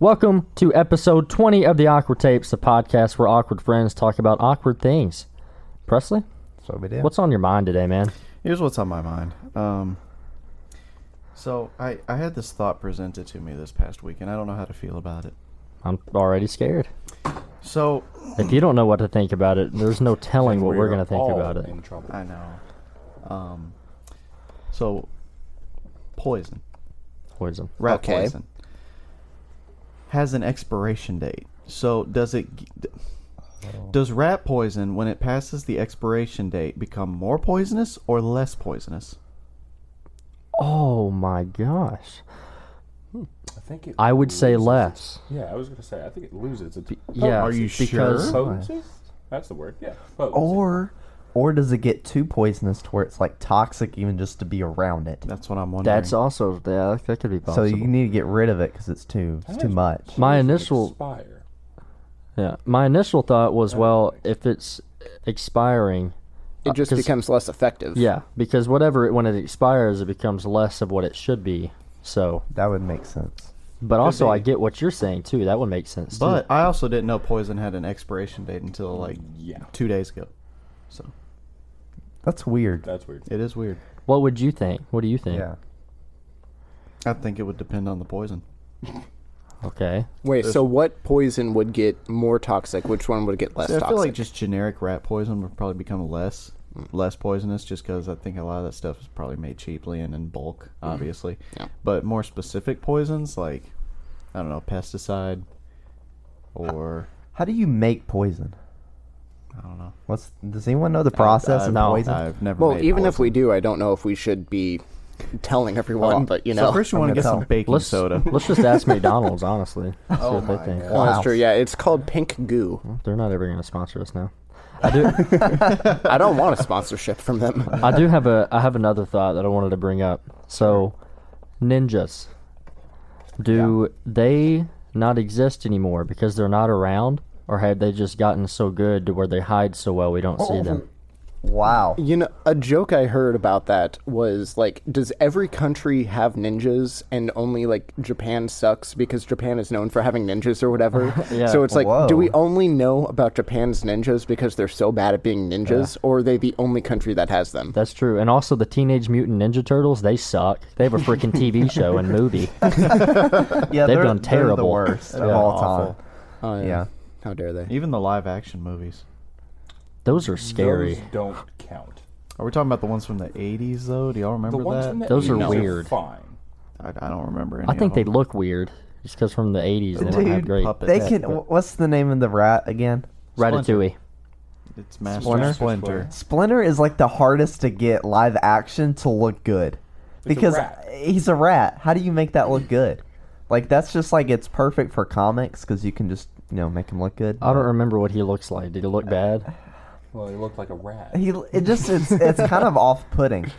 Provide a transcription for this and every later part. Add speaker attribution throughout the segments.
Speaker 1: Welcome to episode 20 of the Awkward Tapes, the podcast where awkward friends talk about awkward things. Presley,
Speaker 2: So we did.
Speaker 1: what's on your mind today, man?
Speaker 2: Here's what's on my mind. Um, so I I had this thought presented to me this past week, and I don't know how to feel about it.
Speaker 1: I'm already scared.
Speaker 2: So
Speaker 1: If you don't know what to think about it, there's no telling what we're
Speaker 3: are
Speaker 1: going to think
Speaker 3: all
Speaker 1: about it.
Speaker 3: In trouble.
Speaker 2: I know. Um, so poison,
Speaker 1: Poison.
Speaker 2: rat
Speaker 4: Okay.
Speaker 2: poison, has an expiration date. So does it? g- d- Does rat poison, when it passes the expiration date, become more poisonous or less poisonous?
Speaker 1: Oh my gosh.
Speaker 3: I think it
Speaker 1: I would say
Speaker 3: loses
Speaker 1: less.
Speaker 3: its- Yeah, I was gonna say. I think it loses its
Speaker 1: Yeah.
Speaker 2: are you
Speaker 1: because
Speaker 2: sure? Oh,
Speaker 3: potency. That's the word. Yeah. Potency.
Speaker 5: Or or does it get too poisonous to where it's like toxic even just to be around it?
Speaker 2: That's what I'm wondering.
Speaker 1: That's also, yeah, that- that could be
Speaker 5: So
Speaker 1: possible.
Speaker 5: you need to get rid of it because it's too it's too much.
Speaker 1: My
Speaker 3: Doesn't
Speaker 1: initial-
Speaker 3: expire.
Speaker 1: yeah. My initial thought was, well, if it's expiring,
Speaker 4: It just
Speaker 1: 'cause-
Speaker 4: becomes less effective.
Speaker 1: yeah, because whatever, it, when it expires, it becomes less of what it should be. So,
Speaker 5: That would make sense.
Speaker 1: but also, I
Speaker 2: be.
Speaker 1: get what you're saying too. That would make sense. too.
Speaker 2: But I also didn't know poison had an expiration date until like
Speaker 3: Yeah.
Speaker 2: two days ago. So
Speaker 5: That's weird.
Speaker 3: That's weird.
Speaker 2: it is weird.
Speaker 1: What would you think? What do you think?
Speaker 5: Yeah.
Speaker 2: I think it would depend on the poison.
Speaker 1: Okay.
Speaker 4: Wait, so what poison would get more toxic? Which one would get less
Speaker 2: See, I
Speaker 4: toxic?
Speaker 2: feel like just generic rat poison would probably become less less poisonous just because I think a lot of that stuff is probably made cheaply and in bulk, obviously.
Speaker 4: Yeah.
Speaker 2: But more specific poisons like I don't know, pesticide or
Speaker 5: How do you make poison?
Speaker 2: I don't know.
Speaker 5: What's does anyone know the process
Speaker 1: Uh,
Speaker 2: I've,
Speaker 5: of poison?
Speaker 2: I've never.
Speaker 4: well,
Speaker 2: made
Speaker 4: even if
Speaker 2: poison.
Speaker 4: we do, I don't know if we should be telling everyone,
Speaker 5: Oh,
Speaker 4: but you
Speaker 2: So
Speaker 4: know.
Speaker 2: first you want to
Speaker 5: I'm
Speaker 2: get
Speaker 5: gonna
Speaker 2: some
Speaker 5: tell-
Speaker 2: baking
Speaker 1: Let's
Speaker 2: soda.
Speaker 1: let's just ask McDonald's honestly. oh
Speaker 3: my
Speaker 4: Oh, that's
Speaker 5: Wow.
Speaker 4: true. Yeah, it's called Pink Goo.
Speaker 1: They're not ever going to sponsor us now. I do.
Speaker 4: I don't want a sponsorship from them.
Speaker 1: I do have a. I have another thought that I wanted to bring up. So, ninjas. Do they not exist anymore because they're not around, or have they just gotten so good to where they hide so well we don't see them?
Speaker 5: Wow.
Speaker 4: You know, a joke I heard about that was like, does every country have ninjas and only like Japan sucks because Japan is known for having ninjas or whatever?
Speaker 1: Yeah.
Speaker 4: So it's like, do
Speaker 5: Whoa.
Speaker 4: we only know about Japan's ninjas because they're so bad at being ninjas, or are they the only country that has them?
Speaker 1: That's true. And also the Teenage Mutant Ninja Turtles, they suck. They have a freaking TV show and movie.
Speaker 5: Yeah,
Speaker 1: They've
Speaker 5: they're,
Speaker 1: done
Speaker 5: they're the
Speaker 1: terrible.
Speaker 5: worst of
Speaker 1: Yeah.
Speaker 5: all
Speaker 2: Awful.
Speaker 5: time.
Speaker 4: Uh,
Speaker 5: Yeah.
Speaker 4: How dare they?
Speaker 2: Even the live action movies.
Speaker 1: Those are scary.
Speaker 3: Those don't count.
Speaker 2: Are we talking about the ones from the 80s though? Do y'all
Speaker 3: The
Speaker 2: remember
Speaker 3: ones
Speaker 2: that?
Speaker 3: from the
Speaker 1: Those are
Speaker 3: 80s
Speaker 1: weird.
Speaker 3: Fine.
Speaker 2: I, I don't remember. Any
Speaker 1: I think
Speaker 2: of
Speaker 1: they
Speaker 2: them.
Speaker 1: look weird just because from the 80s they weren't that
Speaker 5: Dude,
Speaker 1: great.
Speaker 2: puppet.
Speaker 5: They
Speaker 2: Yeah,
Speaker 5: can.
Speaker 2: but-
Speaker 5: What's the name of the rat again?
Speaker 1: Ratatouille.
Speaker 2: It's Master
Speaker 3: Splinter?
Speaker 2: Splinter.
Speaker 5: Splinter is like the hardest to get live action to look good
Speaker 3: a
Speaker 5: because
Speaker 3: rat.
Speaker 5: he's a rat. How do you make that look good? Like that's just like it's perfect for comics because you can just you know make him look good.
Speaker 1: I don't remember what he looks like. Did he look bad?
Speaker 3: Well, he looked like a rat.
Speaker 5: He it just it's it's kind of off putting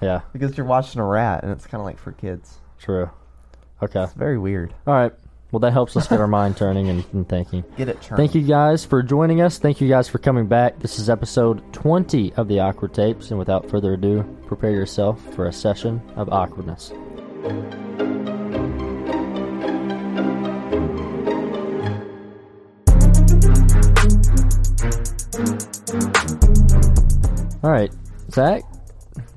Speaker 1: Yeah,
Speaker 5: because you're watching a rat and it's kind of like for kids.
Speaker 1: true. Okay.
Speaker 5: It's very weird.
Speaker 1: All right. Well, that helps us get our mind turning and, and thinking.
Speaker 5: Get it turned.
Speaker 1: Thank you guys for joining us. Thank you guys for coming back. This is episode 20 of the Awkward Tapes. And without further ado, prepare yourself for a session of awkwardness. All right, Zach,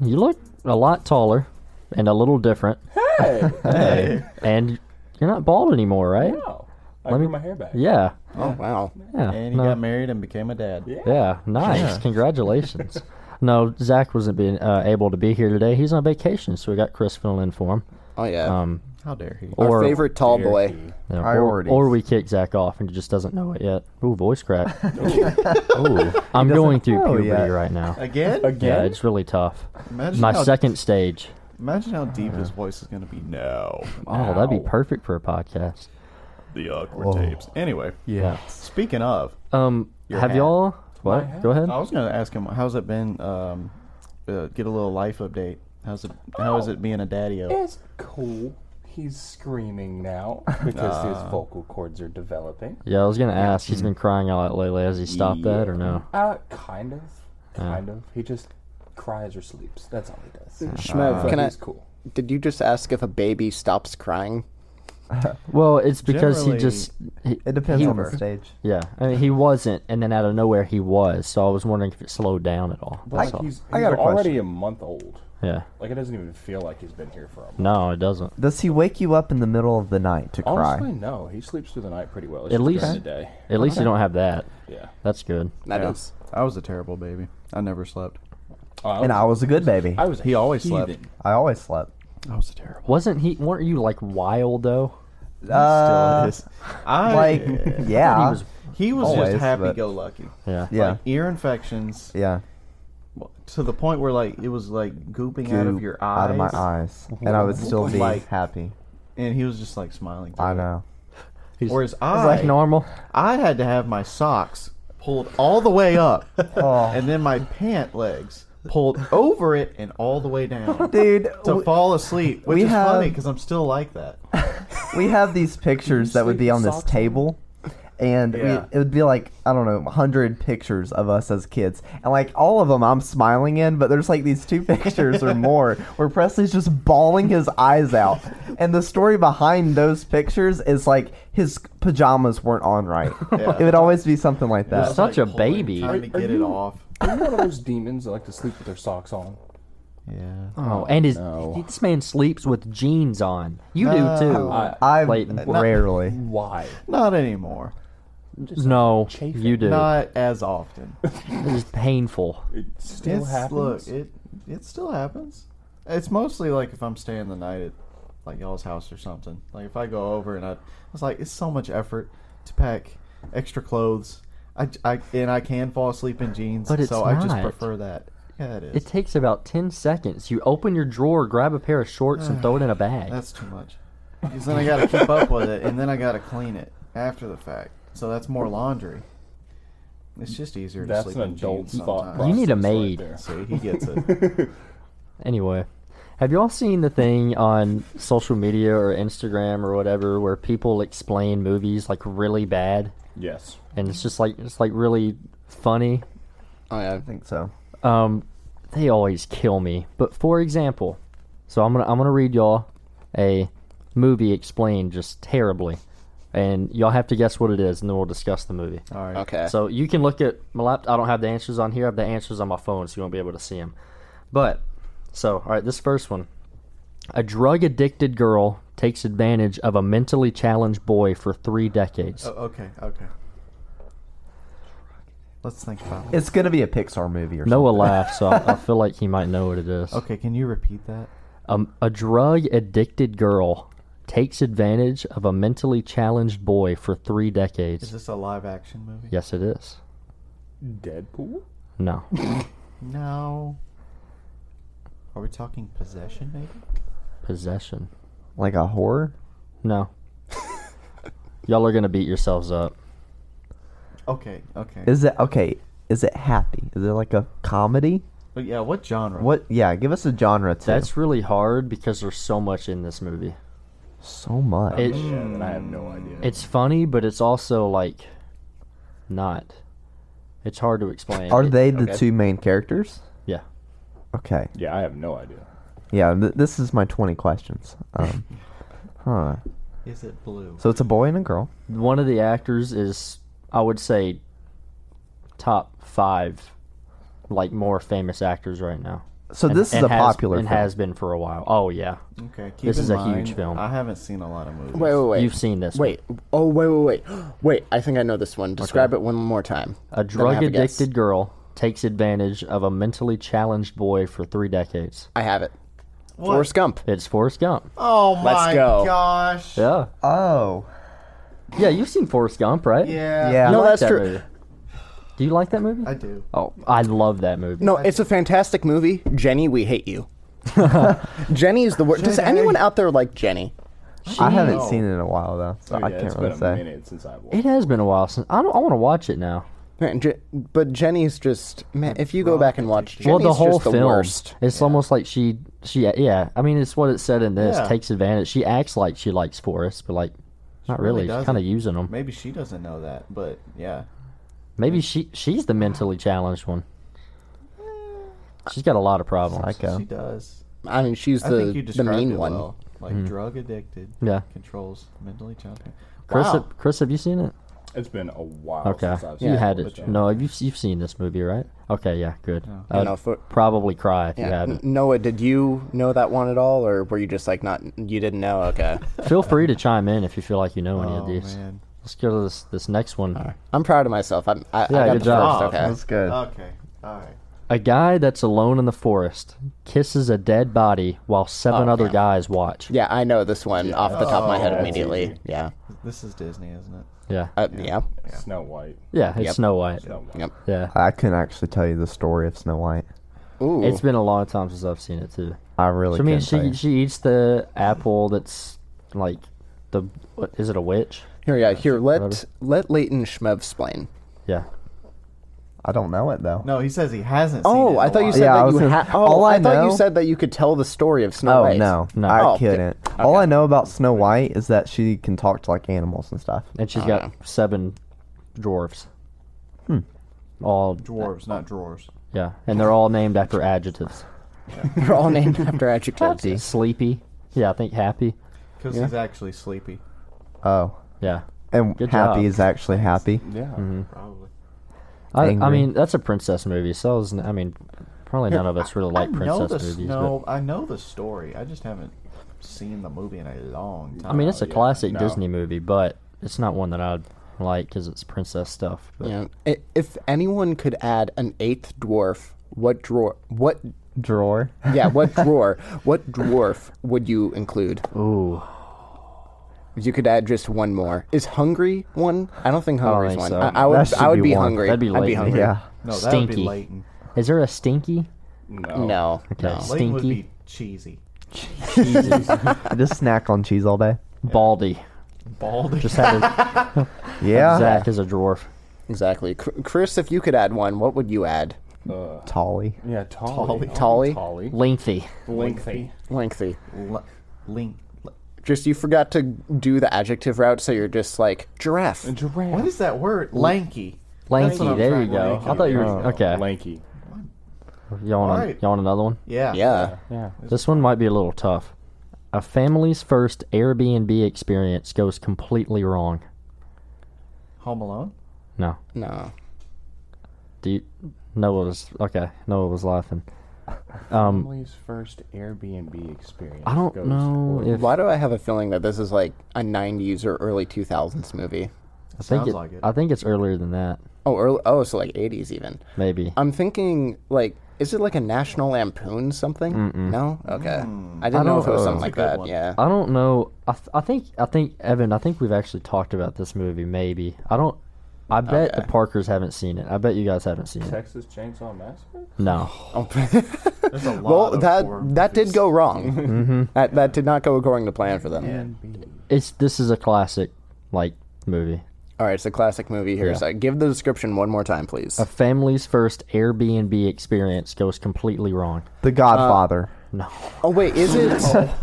Speaker 1: you look a lot taller and a little different.
Speaker 3: Hey.
Speaker 1: And you're not bald anymore, right?
Speaker 3: No. I grew
Speaker 1: me-
Speaker 3: my hair back.
Speaker 1: Yeah.
Speaker 4: Oh wow.
Speaker 1: Yeah.
Speaker 2: And he
Speaker 1: no.
Speaker 2: got married and became a dad.
Speaker 3: Yeah.
Speaker 1: Yeah, nice. Congratulations. no, Zach wasn't being uh, able to be here today. He's on vacation, so we got Chris filling in for him.
Speaker 4: Oh yeah.
Speaker 1: Um,
Speaker 2: How dare he?
Speaker 1: Or-
Speaker 4: Our favorite tall boy.
Speaker 1: you know, or,
Speaker 5: Priorities.
Speaker 1: or we kick Zach off and he just doesn't know it yet. Ooh, voice crack. Ooh, I'm going through
Speaker 5: know
Speaker 1: puberty
Speaker 5: yet.
Speaker 1: right now.
Speaker 2: Again?
Speaker 1: Yeah,
Speaker 3: Again?
Speaker 1: it's really tough.
Speaker 2: Imagine
Speaker 1: My
Speaker 2: how,
Speaker 1: second stage.
Speaker 2: Imagine how deep his voice is going to be now.
Speaker 1: Oh, that'd be
Speaker 3: Ow.
Speaker 1: perfect for a podcast.
Speaker 2: The awkward tapes. Anyway,
Speaker 1: Yeah.
Speaker 2: speaking of,
Speaker 1: Um,
Speaker 2: Your
Speaker 1: have
Speaker 2: hat. Oh.
Speaker 1: y'all? What?
Speaker 3: hat?
Speaker 1: Go ahead.
Speaker 2: I was going to ask him, how's it been? Um, uh, get a little life update. How's it? How is it being a daddy?
Speaker 5: Oh.
Speaker 3: It's cool. He's screaming now because his vocal cords are developing.
Speaker 1: Yeah, I was gonna ask. He's been crying a lot lately. Has he stopped that or no?
Speaker 3: Uh, kind of. Kind of. He just cries or sleeps.
Speaker 4: Uh,
Speaker 3: That's all he does.
Speaker 1: Uh,
Speaker 4: Shmev,
Speaker 3: But
Speaker 4: can I?
Speaker 3: he's cool.
Speaker 4: Did you just ask if a baby stops crying?
Speaker 1: Well, it's because he just. he-
Speaker 5: It depends
Speaker 1: he-
Speaker 5: on the stage.
Speaker 1: Yeah, I mean, he wasn't, and then out of nowhere he was. So I was wondering if it slowed down at all.
Speaker 3: But
Speaker 1: That's
Speaker 3: like
Speaker 1: all.
Speaker 3: he's, he's
Speaker 5: I got a
Speaker 3: already
Speaker 5: question.
Speaker 3: a month old.
Speaker 1: Yeah.
Speaker 3: Like it doesn't even feel like he's been here for a month.
Speaker 1: No, it doesn't.
Speaker 5: Does he wake you up in the middle of the night to cry?
Speaker 3: Honestly, no. He sleeps through the night pretty well. It's
Speaker 1: At
Speaker 3: just
Speaker 1: least-
Speaker 3: during the day.
Speaker 1: At least you don't have that.
Speaker 3: Yeah.
Speaker 1: That's good.
Speaker 4: That is.
Speaker 2: Yeah. I was a terrible baby. I never slept.
Speaker 3: Oh,
Speaker 5: and I was a good baby.
Speaker 3: I was. a
Speaker 2: He always
Speaker 3: heathen.
Speaker 2: slept.
Speaker 5: I always slept.
Speaker 2: I was a terrible.
Speaker 1: Wasn't he? Weren't you like wild though?
Speaker 5: Uh,
Speaker 2: Still is. I
Speaker 5: Like, yeah,
Speaker 1: He was-
Speaker 2: he was
Speaker 5: always,
Speaker 2: just happy
Speaker 5: but-
Speaker 2: go lucky.
Speaker 1: Yeah.
Speaker 5: yeah,
Speaker 2: Like, ear infections
Speaker 5: yeah.
Speaker 2: to the point where like it was like gooping out of
Speaker 5: Goop
Speaker 2: your eyes.
Speaker 5: out of my eyes, and I would still be
Speaker 2: Like-
Speaker 5: happy.
Speaker 2: And he was just like smiling. through
Speaker 5: I
Speaker 2: it.
Speaker 5: know.
Speaker 1: He's,
Speaker 2: Whereas
Speaker 1: he's
Speaker 2: I,
Speaker 1: like normal.
Speaker 2: I had to have my socks pulled all the way up,
Speaker 5: Oh.
Speaker 2: and then my pant legs pulled over it and all the way down
Speaker 5: Dude,
Speaker 2: to
Speaker 5: we-
Speaker 2: fall asleep. Which
Speaker 5: we
Speaker 2: is
Speaker 5: have-
Speaker 2: funny because I'm still like that.
Speaker 5: we have these pictures that would be on this table and we,
Speaker 2: Yeah.
Speaker 5: it would be like i don't know 100 pictures of us as kids and like all of them i'm smiling in but there's like these two pictures or more where presley's just bawling his eyes out and the story behind those pictures is like his pajamas weren't on right
Speaker 2: Yeah.
Speaker 5: it would always be something like that
Speaker 1: It's such a
Speaker 2: Like, pulling,
Speaker 1: baby.
Speaker 2: trying to
Speaker 3: Are
Speaker 2: get it
Speaker 3: you-
Speaker 2: off.
Speaker 3: Are you one of those demons that like to sleep with their socks on?
Speaker 2: Yeah.
Speaker 1: Oh, and his
Speaker 3: no.
Speaker 1: this man sleeps with jeans on. You
Speaker 2: No.
Speaker 1: do too.
Speaker 3: I-
Speaker 5: i
Speaker 1: Clayton.
Speaker 5: rarely
Speaker 3: Why?
Speaker 2: Not anymore.
Speaker 1: no,
Speaker 3: chafing.
Speaker 1: you do.
Speaker 2: Not as often.
Speaker 1: It's painful.
Speaker 3: It still
Speaker 2: It's- Look,
Speaker 3: happens.
Speaker 2: it it still happens. It's mostly like if I'm staying the night at like y'all's house or something. Like if I go over and I, it's like it's so much effort to pack extra clothes. I, j- I- and I can fall asleep in jeans,
Speaker 1: But it's
Speaker 2: so I just
Speaker 1: not.
Speaker 2: prefer that. Yeah, it is.
Speaker 1: It takes about ten seconds. You open your drawer, grab a pair of shorts, and throw it in a bag.
Speaker 2: that's too much. Because then I got to keep up with it, and then I got to clean it after the fact. So that's more laundry. It's just easier to
Speaker 3: That's
Speaker 2: sleep
Speaker 3: an
Speaker 2: in
Speaker 3: adult
Speaker 2: jeans
Speaker 3: thought
Speaker 2: sometimes.
Speaker 1: You need a
Speaker 3: process right
Speaker 1: maid.
Speaker 3: there.
Speaker 2: See, he gets it.
Speaker 1: Anyway, have y'all seen the thing on social media or Instagram or whatever where people explain movies like really bad
Speaker 3: Yes.
Speaker 1: and it's just like it's like really funny?
Speaker 4: Oh, yeah.
Speaker 5: i think so
Speaker 1: Um, they always kill me. But for example, so I'm gonna I'm gonna read y'all a movie explained just terribly, and y'all have to guess what it is, and then we'll discuss the movie.
Speaker 2: All right.
Speaker 4: Okay.
Speaker 1: So you can look at my laptop. I don't have the answers on here. I have the answers on my phone, so you won't be able to see them. But so, all right, this first one: a drug addicted girl takes advantage of a mentally challenged boy for three decades.
Speaker 2: Oh, okay, okay. Let's think about it.
Speaker 5: it's gonna be a pixar movie or
Speaker 1: Noah
Speaker 5: something
Speaker 1: laughs, so I, I feel like he might know what it is.
Speaker 2: Okay, can you repeat that?
Speaker 1: Um, a drug addicted girl takes advantage of a mentally challenged boy for three
Speaker 2: Is
Speaker 1: decades.
Speaker 2: this a live action movie?
Speaker 1: Yes, it is.
Speaker 3: Deadpool.
Speaker 1: No.
Speaker 2: No. Are we talking possession, maybe?
Speaker 1: Possession.
Speaker 5: like a horror
Speaker 1: No. Y'all are going to beat yourselves up.
Speaker 2: Okay, okay.
Speaker 5: is it okay is it happy is it like a comedy
Speaker 2: but yeah, what genre?
Speaker 5: what yeah give us a genre too.
Speaker 1: That's really hard because there's so much in this movie.
Speaker 5: so much
Speaker 1: It,
Speaker 3: Yeah, and I have no idea.
Speaker 1: It's funny, but it's also like not. It's hard to explain.
Speaker 5: Are
Speaker 1: It-
Speaker 5: they the
Speaker 4: okay.
Speaker 5: two main characters?
Speaker 1: Yeah.
Speaker 5: Okay.
Speaker 3: yeah, I have no idea.
Speaker 5: Yeah, th- this is my 20 questions. Um, huh.
Speaker 2: Is it blue?
Speaker 5: So it's a boy and a girl.
Speaker 1: One of the actors is, I would say, top five, like more famous actors right now.
Speaker 5: So
Speaker 1: And-
Speaker 5: this is
Speaker 1: and
Speaker 5: a
Speaker 1: has-
Speaker 5: popular
Speaker 1: and
Speaker 5: film.
Speaker 1: has been for a while. Oh yeah,
Speaker 2: okay, keep
Speaker 1: this
Speaker 2: in
Speaker 1: is a
Speaker 2: mind,
Speaker 1: huge film.
Speaker 2: I haven't seen a lot of movies.
Speaker 4: wait, wait, wait.
Speaker 1: you've seen this. one.
Speaker 4: Wait. Oh, wait, wait, wait. Wait, I think I know this one. Describe it one more time.
Speaker 1: a
Speaker 4: Then I
Speaker 1: drug
Speaker 4: have a guess.
Speaker 1: addicted girl takes advantage of a mentally challenged boy for three decades.
Speaker 4: I have it.
Speaker 2: What?
Speaker 4: Forrest Gump.
Speaker 1: It's Forrest Gump.
Speaker 2: Oh my
Speaker 4: Let's go.
Speaker 2: gosh.
Speaker 1: Yeah,
Speaker 5: Oh.
Speaker 1: yeah, you've seen Forrest Gump, right?
Speaker 2: Yeah.
Speaker 5: Yeah.
Speaker 1: I
Speaker 4: No,
Speaker 1: like
Speaker 4: that's
Speaker 1: that
Speaker 4: true.
Speaker 1: movie. Do you like that movie?
Speaker 2: I do.
Speaker 1: oh, I love that movie.
Speaker 4: No, it's a fantastic movie. Jenny, we hate you. Jenny is the worst. Does anyone out there like Jenny?
Speaker 5: I haven't
Speaker 2: No.
Speaker 5: seen it in a while, though. So
Speaker 3: Oh,
Speaker 5: I
Speaker 3: yeah,
Speaker 5: can't
Speaker 3: it's
Speaker 5: really
Speaker 3: been
Speaker 5: say.
Speaker 3: a minute since I watched.
Speaker 1: It has been a while since I don't. I want to watch it now.
Speaker 4: Man, Je- but Jenny's just man. If you go back and watch, Jenny's
Speaker 1: well, the whole
Speaker 4: just the
Speaker 1: film.
Speaker 4: worst.
Speaker 1: It's almost like she. She. Yeah. I mean, it's what it said in this.
Speaker 2: Yeah.
Speaker 1: Takes advantage. She acts like she likes Forrest, but like, not
Speaker 2: really
Speaker 1: really. She's
Speaker 2: doesn't.
Speaker 1: kind of using him.
Speaker 2: Maybe she doesn't know that, but yeah.
Speaker 1: Maybe she she's the mentally challenged one. She's got a lot of problems.
Speaker 5: Psycho.
Speaker 2: She does.
Speaker 4: I mean, she's
Speaker 2: I
Speaker 4: the
Speaker 2: think you
Speaker 4: the
Speaker 2: described
Speaker 4: mean
Speaker 2: it
Speaker 4: one.
Speaker 2: well. like drug addicted.
Speaker 1: Mm-hmm. Yeah.
Speaker 2: Controls mentally challenged.
Speaker 1: Chris,
Speaker 2: Wow.
Speaker 1: have, Chris, have you seen it?
Speaker 3: It's been a while
Speaker 1: Okay,
Speaker 3: since I've seen
Speaker 1: you had
Speaker 3: but,
Speaker 1: it.
Speaker 3: uh,
Speaker 1: No, you've you've seen this movie, right? Okay, yeah, good. I'd
Speaker 4: No, for-
Speaker 1: probably cry if you
Speaker 4: Yeah. N-
Speaker 1: hadn't.
Speaker 4: Noah, did you know that one at all, or were you just like not? You didn't know? Okay.
Speaker 1: Feel free to chime in if you feel like you know any
Speaker 2: Oh
Speaker 1: of these.
Speaker 2: man.
Speaker 1: Let's go to this this next one.
Speaker 4: I'm proud of myself. I'm, I,
Speaker 1: Yeah,
Speaker 4: I got
Speaker 1: good
Speaker 4: the
Speaker 1: job.
Speaker 4: first. Okay.
Speaker 5: That's good.
Speaker 2: Okay. All right.
Speaker 1: A guy that's alone in the forest kisses a dead body while seven
Speaker 4: Oh,
Speaker 1: other
Speaker 4: yeah.
Speaker 1: guys watch.
Speaker 4: Yeah, I know this one off the top of my
Speaker 2: Oh,
Speaker 4: head
Speaker 2: that's
Speaker 4: immediately.
Speaker 3: easy.
Speaker 4: Yeah.
Speaker 2: This is Disney, isn't it?
Speaker 1: Yeah,
Speaker 4: Uh, yeah.
Speaker 3: Snow White.
Speaker 1: yeah, it's
Speaker 4: Yep.
Speaker 1: Snow White.
Speaker 3: Snow White.
Speaker 4: Yep.
Speaker 1: Yeah,
Speaker 5: I couldn't actually tell you the story of Snow White.
Speaker 4: Ooh.
Speaker 1: it's been a long time since I've seen it too.
Speaker 5: I really.
Speaker 1: So I mean,
Speaker 5: couldn't tell
Speaker 1: she
Speaker 5: you.
Speaker 1: she eats the apple that's like the what is it a witch?
Speaker 4: here, yeah. Here, let
Speaker 1: Whatever.
Speaker 4: let Leighton Schmev explain.
Speaker 1: Yeah,
Speaker 5: I don't know it though.
Speaker 2: No, he says he hasn't. seen it in
Speaker 4: Oh,
Speaker 2: a
Speaker 4: I thought you
Speaker 2: while.
Speaker 4: said
Speaker 5: Yeah, I
Speaker 4: that
Speaker 5: was
Speaker 4: you
Speaker 5: gonna-
Speaker 4: had. Oh,
Speaker 5: all
Speaker 4: I,
Speaker 5: I
Speaker 4: thought you
Speaker 5: know-
Speaker 4: said that you could tell the story of Snow
Speaker 5: Oh
Speaker 4: White.
Speaker 5: no,
Speaker 1: No.
Speaker 5: I
Speaker 4: Oh, yeah.
Speaker 5: couldn't. All I know about Snow White is that she can talk to like animals and stuff.
Speaker 1: and she's got seven dwarves. Hmm. All
Speaker 2: dwarves, not drawers.
Speaker 1: yeah, and they're all named after adjectives.
Speaker 4: They're all named after adjectives.
Speaker 1: Sleepy. Yeah, I think happy.
Speaker 2: Because he's actually sleepy.
Speaker 5: Oh,
Speaker 1: Yeah.
Speaker 5: and
Speaker 1: Good
Speaker 5: happy
Speaker 1: job.
Speaker 5: is actually happy.
Speaker 3: Yeah.
Speaker 2: Probably.
Speaker 1: I, I
Speaker 5: Angry.
Speaker 1: mean, that's a princess movie, so I, was, I mean, probably none of us really like
Speaker 2: I know
Speaker 1: princess
Speaker 2: the
Speaker 1: movies.
Speaker 2: no, I know the story. I just haven't seen the movie in a long
Speaker 1: But,
Speaker 2: time.
Speaker 1: I mean, it's a
Speaker 3: yeah,
Speaker 1: classic
Speaker 3: no.
Speaker 1: Disney movie, but it's not one that I'd like because it's princess stuff. But
Speaker 4: Yeah. I- If anyone could add an eighth dwarf, what drawer? What?
Speaker 5: Drawer.
Speaker 4: Yeah. What drawer? what dwarf would you include?
Speaker 1: Ooh,
Speaker 4: If You could add just one more. Is hungry one? I don't think hungry's
Speaker 1: think
Speaker 4: one.
Speaker 1: so.
Speaker 4: I, I
Speaker 5: That
Speaker 4: would.
Speaker 5: should
Speaker 4: I would
Speaker 5: be
Speaker 4: be,
Speaker 5: one.
Speaker 4: hungry.
Speaker 1: That'd be
Speaker 4: I'd
Speaker 1: Leighton.
Speaker 4: be hungry.
Speaker 5: Yeah.
Speaker 2: no, that would
Speaker 1: stinky.
Speaker 2: be Leighton.
Speaker 1: Is there a stinky?
Speaker 3: No.
Speaker 4: No.
Speaker 1: Okay,
Speaker 4: No.
Speaker 2: Leighton would
Speaker 1: stinky,
Speaker 2: be cheesy.
Speaker 5: I just snack on cheese all day.
Speaker 1: baldy.
Speaker 2: Baldy.
Speaker 1: Just had a,
Speaker 5: Yeah.
Speaker 1: Zach is a dwarf.
Speaker 4: Exactly. Cr- Chris, if you could add one, what would you add?
Speaker 3: Uh,
Speaker 5: Tolly.
Speaker 3: yeah. Tolly.
Speaker 4: Tolly?
Speaker 3: Tolly.
Speaker 1: Lengthy.
Speaker 3: Lengthy.
Speaker 4: Lengthy.
Speaker 2: L- link. l-
Speaker 4: Just you forgot to do the adjective route, so you're just like giraffe.
Speaker 3: A giraffe.
Speaker 2: What is that word? Lanky. That's what
Speaker 1: Lanky,
Speaker 2: I'm
Speaker 1: there
Speaker 2: trying-
Speaker 1: you go.
Speaker 2: lanky.
Speaker 1: I thought you were.
Speaker 3: Oh,
Speaker 1: okay.
Speaker 3: Lanky.
Speaker 1: You want,
Speaker 2: Alright.
Speaker 1: you want another one?
Speaker 2: Yeah.
Speaker 4: Yeah.
Speaker 3: Yeah.
Speaker 1: This one might be a little tough. A family's first Airbnb experience goes completely wrong.
Speaker 2: Home Alone.
Speaker 1: No.
Speaker 4: No.
Speaker 1: Do you, Noah was okay. Noah was laughing.
Speaker 3: Family's first Airbnb experience.
Speaker 1: I don't
Speaker 3: goes
Speaker 1: know
Speaker 3: horrible.
Speaker 1: if
Speaker 4: Why do I have a feeling that this is like a '90s or early 2000s movie?
Speaker 1: I think
Speaker 2: Sounds
Speaker 1: it,
Speaker 2: like it.
Speaker 1: I think it's earlier than that.
Speaker 4: Oh, early, oh, so like '80s even.
Speaker 1: Maybe.
Speaker 4: I'm thinking like, is it like a National Lampoon something? No. Okay. I didn't know if it was something like
Speaker 2: good
Speaker 4: that.
Speaker 2: one.
Speaker 4: Yeah.
Speaker 1: I don't know. I, th- I think I think Evan. I think we've actually talked about this movie. Maybe. I don't. I bet the Parkers haven't seen it. I bet you guys haven't seen it.
Speaker 3: Texas Chainsaw Massacre.
Speaker 1: No.
Speaker 2: There's a lot
Speaker 4: Well,
Speaker 2: of
Speaker 4: that
Speaker 2: horror
Speaker 4: that did
Speaker 2: movies.
Speaker 4: go wrong.
Speaker 1: Mm-hmm.
Speaker 4: That that did not go according to plan for them.
Speaker 1: It's this is a classic, like movie.
Speaker 4: All right, it's a classic movie here. So give the description one more time, please.
Speaker 1: A family's first Airbnb experience goes completely wrong.
Speaker 5: The Godfather.
Speaker 1: No.
Speaker 4: Oh wait, is it?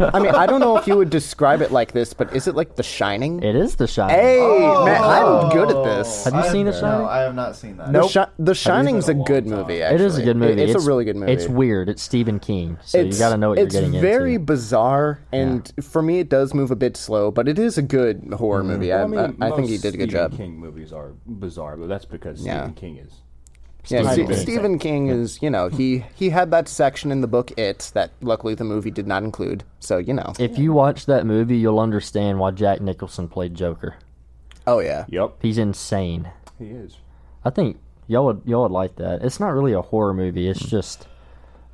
Speaker 4: I mean, I don't know if you would describe it like this, but is it like The Shining?
Speaker 1: It is The Shining.
Speaker 4: hey, man, I'm good at this.
Speaker 1: Have you
Speaker 2: I
Speaker 1: seen The
Speaker 2: have-
Speaker 1: Shining?
Speaker 2: No, I have not seen that.
Speaker 4: The, shi- the Shining's a good movie. Actually,
Speaker 1: It is a good movie.
Speaker 4: it's, a really good movie.
Speaker 1: It's weird. It's Stephen King, so you got to know what you're
Speaker 4: it's
Speaker 1: getting
Speaker 4: very
Speaker 1: into.
Speaker 4: bizarre, and for me, it does move a bit slow, but it is a good horror
Speaker 1: Mm.
Speaker 4: movie.
Speaker 3: Well,
Speaker 4: I,
Speaker 3: I, mean,
Speaker 4: I, I think
Speaker 3: most
Speaker 4: he did a good
Speaker 3: Stephen
Speaker 4: job.
Speaker 3: King movies are bizarre, but that's because
Speaker 4: Yeah.
Speaker 3: Stephen King is.
Speaker 4: Yeah,
Speaker 1: Stephen
Speaker 4: Stephen,
Speaker 1: King.
Speaker 4: Stephen King is, you know, he he had that section in the book It that luckily the movie did not include. So you know,
Speaker 1: If you watch that movie, you'll understand why Jack Nicholson played Joker.
Speaker 4: oh yeah,
Speaker 3: Yep,
Speaker 1: He's insane.
Speaker 3: he is.
Speaker 1: I think y'all would y'all would like that. It's not really a horror movie. It's just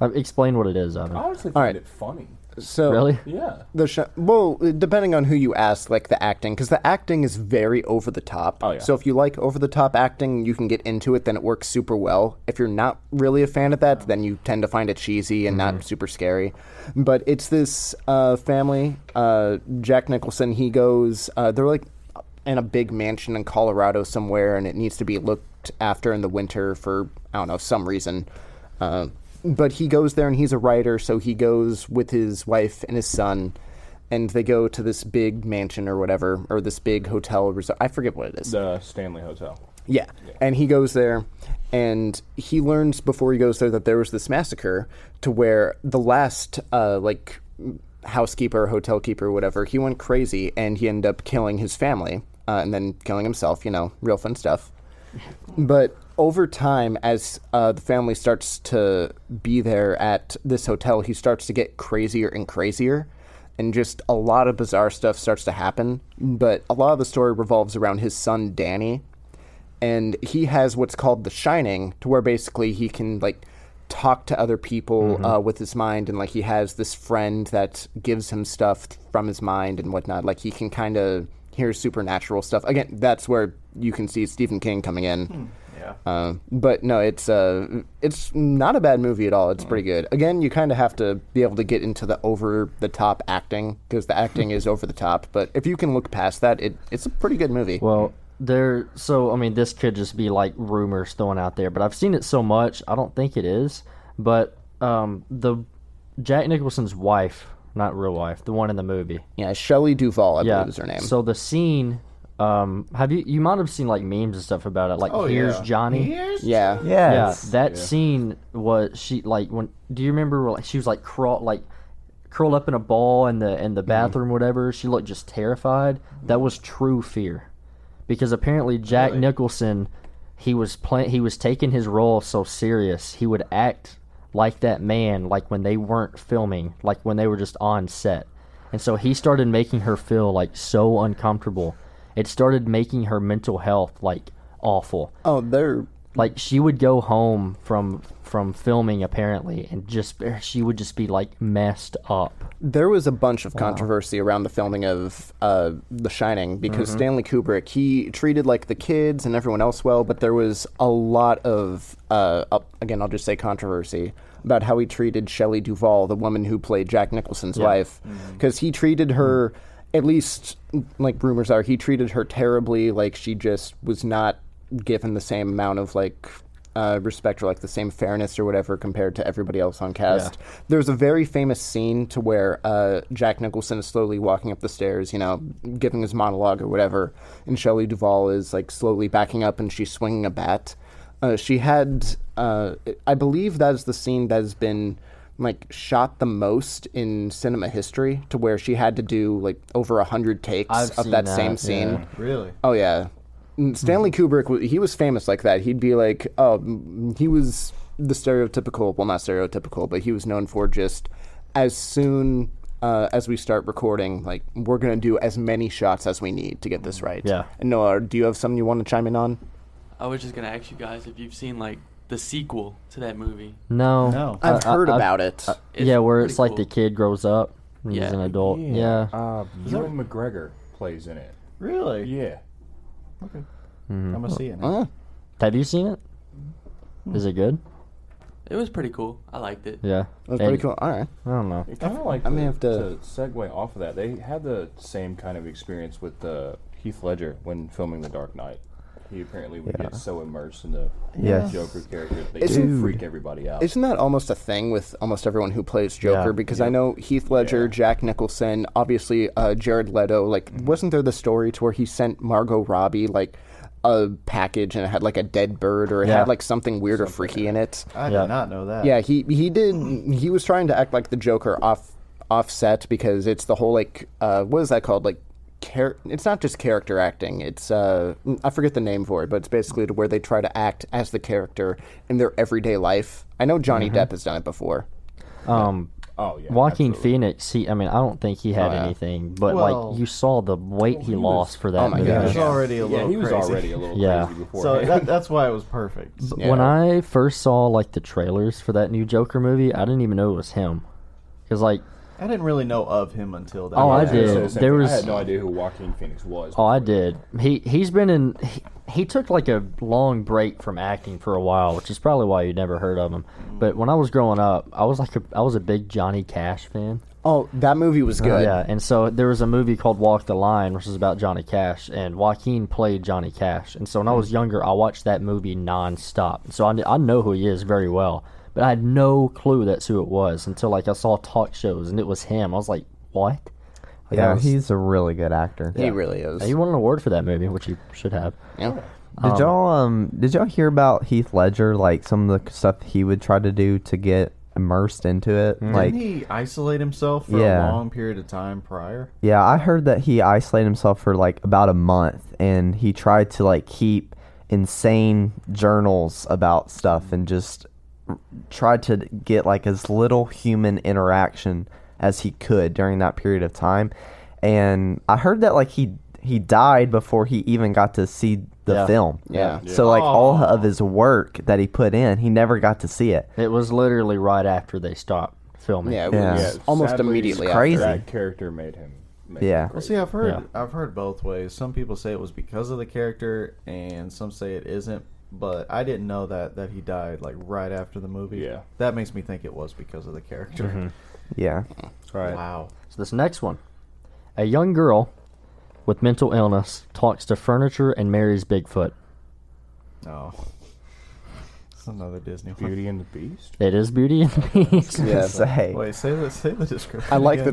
Speaker 1: uh, explain what it is.
Speaker 3: I
Speaker 1: Evan.
Speaker 3: honestly find
Speaker 4: Alright.
Speaker 3: it funny.
Speaker 4: so
Speaker 1: Really?
Speaker 3: Yeah.
Speaker 4: The sh- well, depending on who you ask, like the acting, because the acting is very over the top.
Speaker 3: Oh, yeah.
Speaker 4: So if you like over the top acting, you can get into it, then it works super well. If you're not really a fan of that, then you tend to find it cheesy and not super scary. But it's this uh, family, uh, Jack Nicholson. He goes, uh, they're like in a big mansion in Colorado somewhere, and it needs to be looked after in the winter for I don't know some reason. Uh, but he goes there and he's a writer, so he goes with his wife and his son, and they go to this big mansion or whatever, or this big hotel resort. I forget what it is.
Speaker 3: The Stanley Hotel.
Speaker 4: Yeah. And he goes there and he learns before he goes there that there was this massacre to where the last uh like m- housekeeper, hotel keeper, whatever, he went crazy and he ended up killing his family uh, and then killing himself. You know, real fun stuff. But over time, as uh, the family starts to be there at this hotel, he starts to get crazier and crazier. And just a lot of bizarre stuff starts to happen. But a lot of the story revolves around his son, Danny. And he has what's called the Shining, to where basically he can, like, talk to other people uh, with his mind. And, like, he has this friend that gives him stuff from his mind and whatnot. Like, he can kind of hear supernatural stuff. Again, that's where you can see Stephen King coming in.
Speaker 2: Yeah.
Speaker 4: Uh, but no, it's uh, it's not a bad movie at all. It's pretty
Speaker 1: Hmm.
Speaker 4: good. Again, you kind of have to be able to get into the over the top acting because the acting is over the top. But if you can look past that, it, it's a pretty good movie.
Speaker 1: Well, there. So I mean, this could just be like rumors thrown out there, but I've seen it so much, I don't think it is. But um, the Jack Nicholson's wife, not real wife, the one in the movie.
Speaker 4: yeah, Shelley Duvall, I
Speaker 1: Yeah,
Speaker 4: believe is her name.
Speaker 1: So the scene. Um, have you? You might have seen like memes and stuff about it. Like,
Speaker 2: Oh,
Speaker 1: here's
Speaker 2: yeah.
Speaker 1: Johnny.
Speaker 2: Here's-
Speaker 4: yeah,
Speaker 5: Yes.
Speaker 1: Uh, Yeah, that scene was she like when? Do you remember? Like, she was like crawl like curled up in a ball in the in the bathroom, whatever. She looked just terrified. That was true fear, because apparently Jack Nicholson, he was playing, he was taking his role so serious. He would act like that man, like when they weren't filming, like when they were just on set, and so he started making her feel like so uncomfortable. It started making her mental health like awful
Speaker 4: Oh, they're
Speaker 1: like she would go home from from filming apparently and just she would just be like messed up
Speaker 4: there was a bunch of controversy around the filming of uh, The Shining because Stanley Kubrick he treated like the kids and everyone else well, but there was a lot of uh, uh, again I'll just say controversy about how he treated Shelley Duvall, the woman who played Jack Nicholson's wife, because he treated her at least like rumors are he treated her terribly, like she just was not given the same amount of like uh, respect or like the same fairness or whatever compared to everybody else on cast. There's a very famous scene to where uh, Jack Nicholson is slowly walking up the stairs, you know, giving his monologue or whatever, and Shelley Duvall is like slowly backing up and she's swinging a bat. Uh, she had, uh, I believe, that is the scene that has been like shot the most in cinema history, to where she had to do like over a hundred takes
Speaker 1: I've
Speaker 4: of
Speaker 1: seen
Speaker 4: that,
Speaker 1: that,
Speaker 4: same
Speaker 1: yeah. Hmm.
Speaker 4: scene.
Speaker 2: Really?
Speaker 4: Oh yeah, Mm, Stanley Kubrick. w- He was famous like that. He'd be like, oh, mm, he was the stereotypical. Well, not stereotypical, but he was known for just as soon uh, as we start recording, like we're gonna do as many shots as we need to get this right.
Speaker 1: Hmm. Yeah.
Speaker 4: And Noah, do you have something you want to chime in on?
Speaker 6: I was just gonna ask you guys if you've seen like the sequel to that movie.
Speaker 1: no
Speaker 2: No.
Speaker 1: Uh,
Speaker 4: I've heard about it.
Speaker 6: It's
Speaker 1: yeah where
Speaker 6: pretty
Speaker 1: it's like
Speaker 6: cool.
Speaker 1: the kid grows up and
Speaker 6: Yeah.
Speaker 1: he's an adult yeah,
Speaker 3: Uh, Ewan McGregor plays in it.
Speaker 2: Really?
Speaker 3: Yeah.
Speaker 2: Okay.
Speaker 3: Mm-hmm.
Speaker 2: I'm gonna see it. Now.
Speaker 4: Huh?
Speaker 1: have you seen it is it good
Speaker 6: It was pretty cool. I liked it.
Speaker 1: yeah
Speaker 4: That's pretty
Speaker 1: And-
Speaker 4: cool. All right.
Speaker 1: i don't know
Speaker 3: It kind of like to,
Speaker 4: I may have to-
Speaker 3: to segue off of that. They had the same kind of experience with uh, Heath Ledger when filming The Dark Knight. He apparently would get so immersed in the
Speaker 5: Yes.
Speaker 3: Joker character that they
Speaker 4: Isn't-
Speaker 3: just freak everybody out.
Speaker 4: Isn't that almost a thing with almost everyone who plays Joker?
Speaker 1: Yeah.
Speaker 4: Because I know Heath Ledger,
Speaker 3: Yeah.
Speaker 4: Jack Nicholson, obviously uh, Jared Leto. Like,
Speaker 1: Mm-hmm.
Speaker 4: wasn't there the story to where he sent Margot Robbie like a package and it had like a dead bird or it
Speaker 1: Yeah.
Speaker 4: had like something weird or freaky in it?
Speaker 2: I
Speaker 1: Yeah.
Speaker 2: did not know that.
Speaker 4: Yeah, he he did. He was trying to act like the Joker off offset because it's the whole like uh, what is that called like. Char- it's not just character acting. It's uh, I forget the name for it, but it's basically to where they try to act as the character in their everyday life. I know Johnny Depp has done it before.
Speaker 1: um
Speaker 3: oh yeah.
Speaker 1: Joaquin
Speaker 3: absolutely.
Speaker 1: Phoenix, he, I mean, I don't think he had
Speaker 6: Oh,
Speaker 1: anything, but
Speaker 2: Well-
Speaker 1: like you saw the weight he, lost for
Speaker 6: Oh
Speaker 1: that
Speaker 4: my
Speaker 1: movie.
Speaker 2: He
Speaker 4: gosh.
Speaker 2: was
Speaker 4: Yeah.
Speaker 2: already a
Speaker 3: Yeah,
Speaker 2: little
Speaker 3: he was
Speaker 2: crazy.
Speaker 3: already a little
Speaker 1: Yeah.
Speaker 3: crazy before.
Speaker 2: So that, that's why it was perfect.
Speaker 1: But When I first saw like the trailers for that new Joker movie, I didn't even know it was him. Cuz like
Speaker 2: I didn't really know of him until that.
Speaker 1: Oh, I
Speaker 3: I
Speaker 1: did.
Speaker 3: said the same
Speaker 1: There
Speaker 3: thing.
Speaker 1: was-
Speaker 3: I had no idea who Joaquin Phoenix was.
Speaker 1: Oh, I did. He he's been in. He, he took like a long break from acting for a while, which is probably why you never heard of him. But when I was growing up, I was like a I was a big Johnny Cash fan.
Speaker 4: Oh, that movie was good.
Speaker 1: Yeah, and so there was a movie called Walk the Line, which is about Johnny Cash, and Joaquin played Johnny Cash. And so when I
Speaker 5: Mm.
Speaker 1: was younger, I watched that movie nonstop. So I, kn- I know who he is very well, but I had no clue that's who it was until like I saw talk shows and it was him. I was like, what? Like, I
Speaker 5: Yeah,
Speaker 1: was-
Speaker 5: he's a really good actor.
Speaker 4: He really is.
Speaker 1: He won an award for that movie, which he should have.
Speaker 4: Yeah.
Speaker 5: Did y'all um did y'all hear about Heath Ledger like some of the stuff he would try to do to get immersed into it.
Speaker 1: Mm-hmm.
Speaker 5: Like,
Speaker 2: Didn't he isolate himself for
Speaker 5: Yeah.
Speaker 2: a long period of time prior?
Speaker 5: Yeah, I heard that he isolated himself for like about a month and he tried to like keep insane journals about stuff and just r- tried to get like as little human interaction as he could during that period of time. And I heard that like he he died before he even got to see the
Speaker 1: Yeah.
Speaker 5: film.
Speaker 4: Yeah. Yeah.
Speaker 5: So like all of his work that he put in, he never got to see it.
Speaker 1: It was literally right after they stopped filming.
Speaker 4: Yeah, it
Speaker 5: Yeah.
Speaker 4: was almost immediately
Speaker 5: crazy.
Speaker 4: after.
Speaker 3: That character made him. made him
Speaker 5: Yeah.
Speaker 2: Well, see, I've heard
Speaker 1: Yeah.
Speaker 2: I've heard both ways. Some people say it was because of the character, and some say it isn't. But I didn't know that that he died like right after the movie.
Speaker 3: Yeah. Mm-hmm.
Speaker 2: that makes me think it was because of the character.
Speaker 5: Yeah.
Speaker 3: Right.
Speaker 2: Wow.
Speaker 1: So this next one, a young girl with mental illness talks to furniture and marries Bigfoot.
Speaker 2: Oh, it's another Disney one.
Speaker 3: Beauty and the Beast.
Speaker 1: It is Beauty and the Beast.
Speaker 4: Yeah.
Speaker 5: Say.
Speaker 2: Wait, say the say the description.
Speaker 4: I like
Speaker 2: again.
Speaker 4: the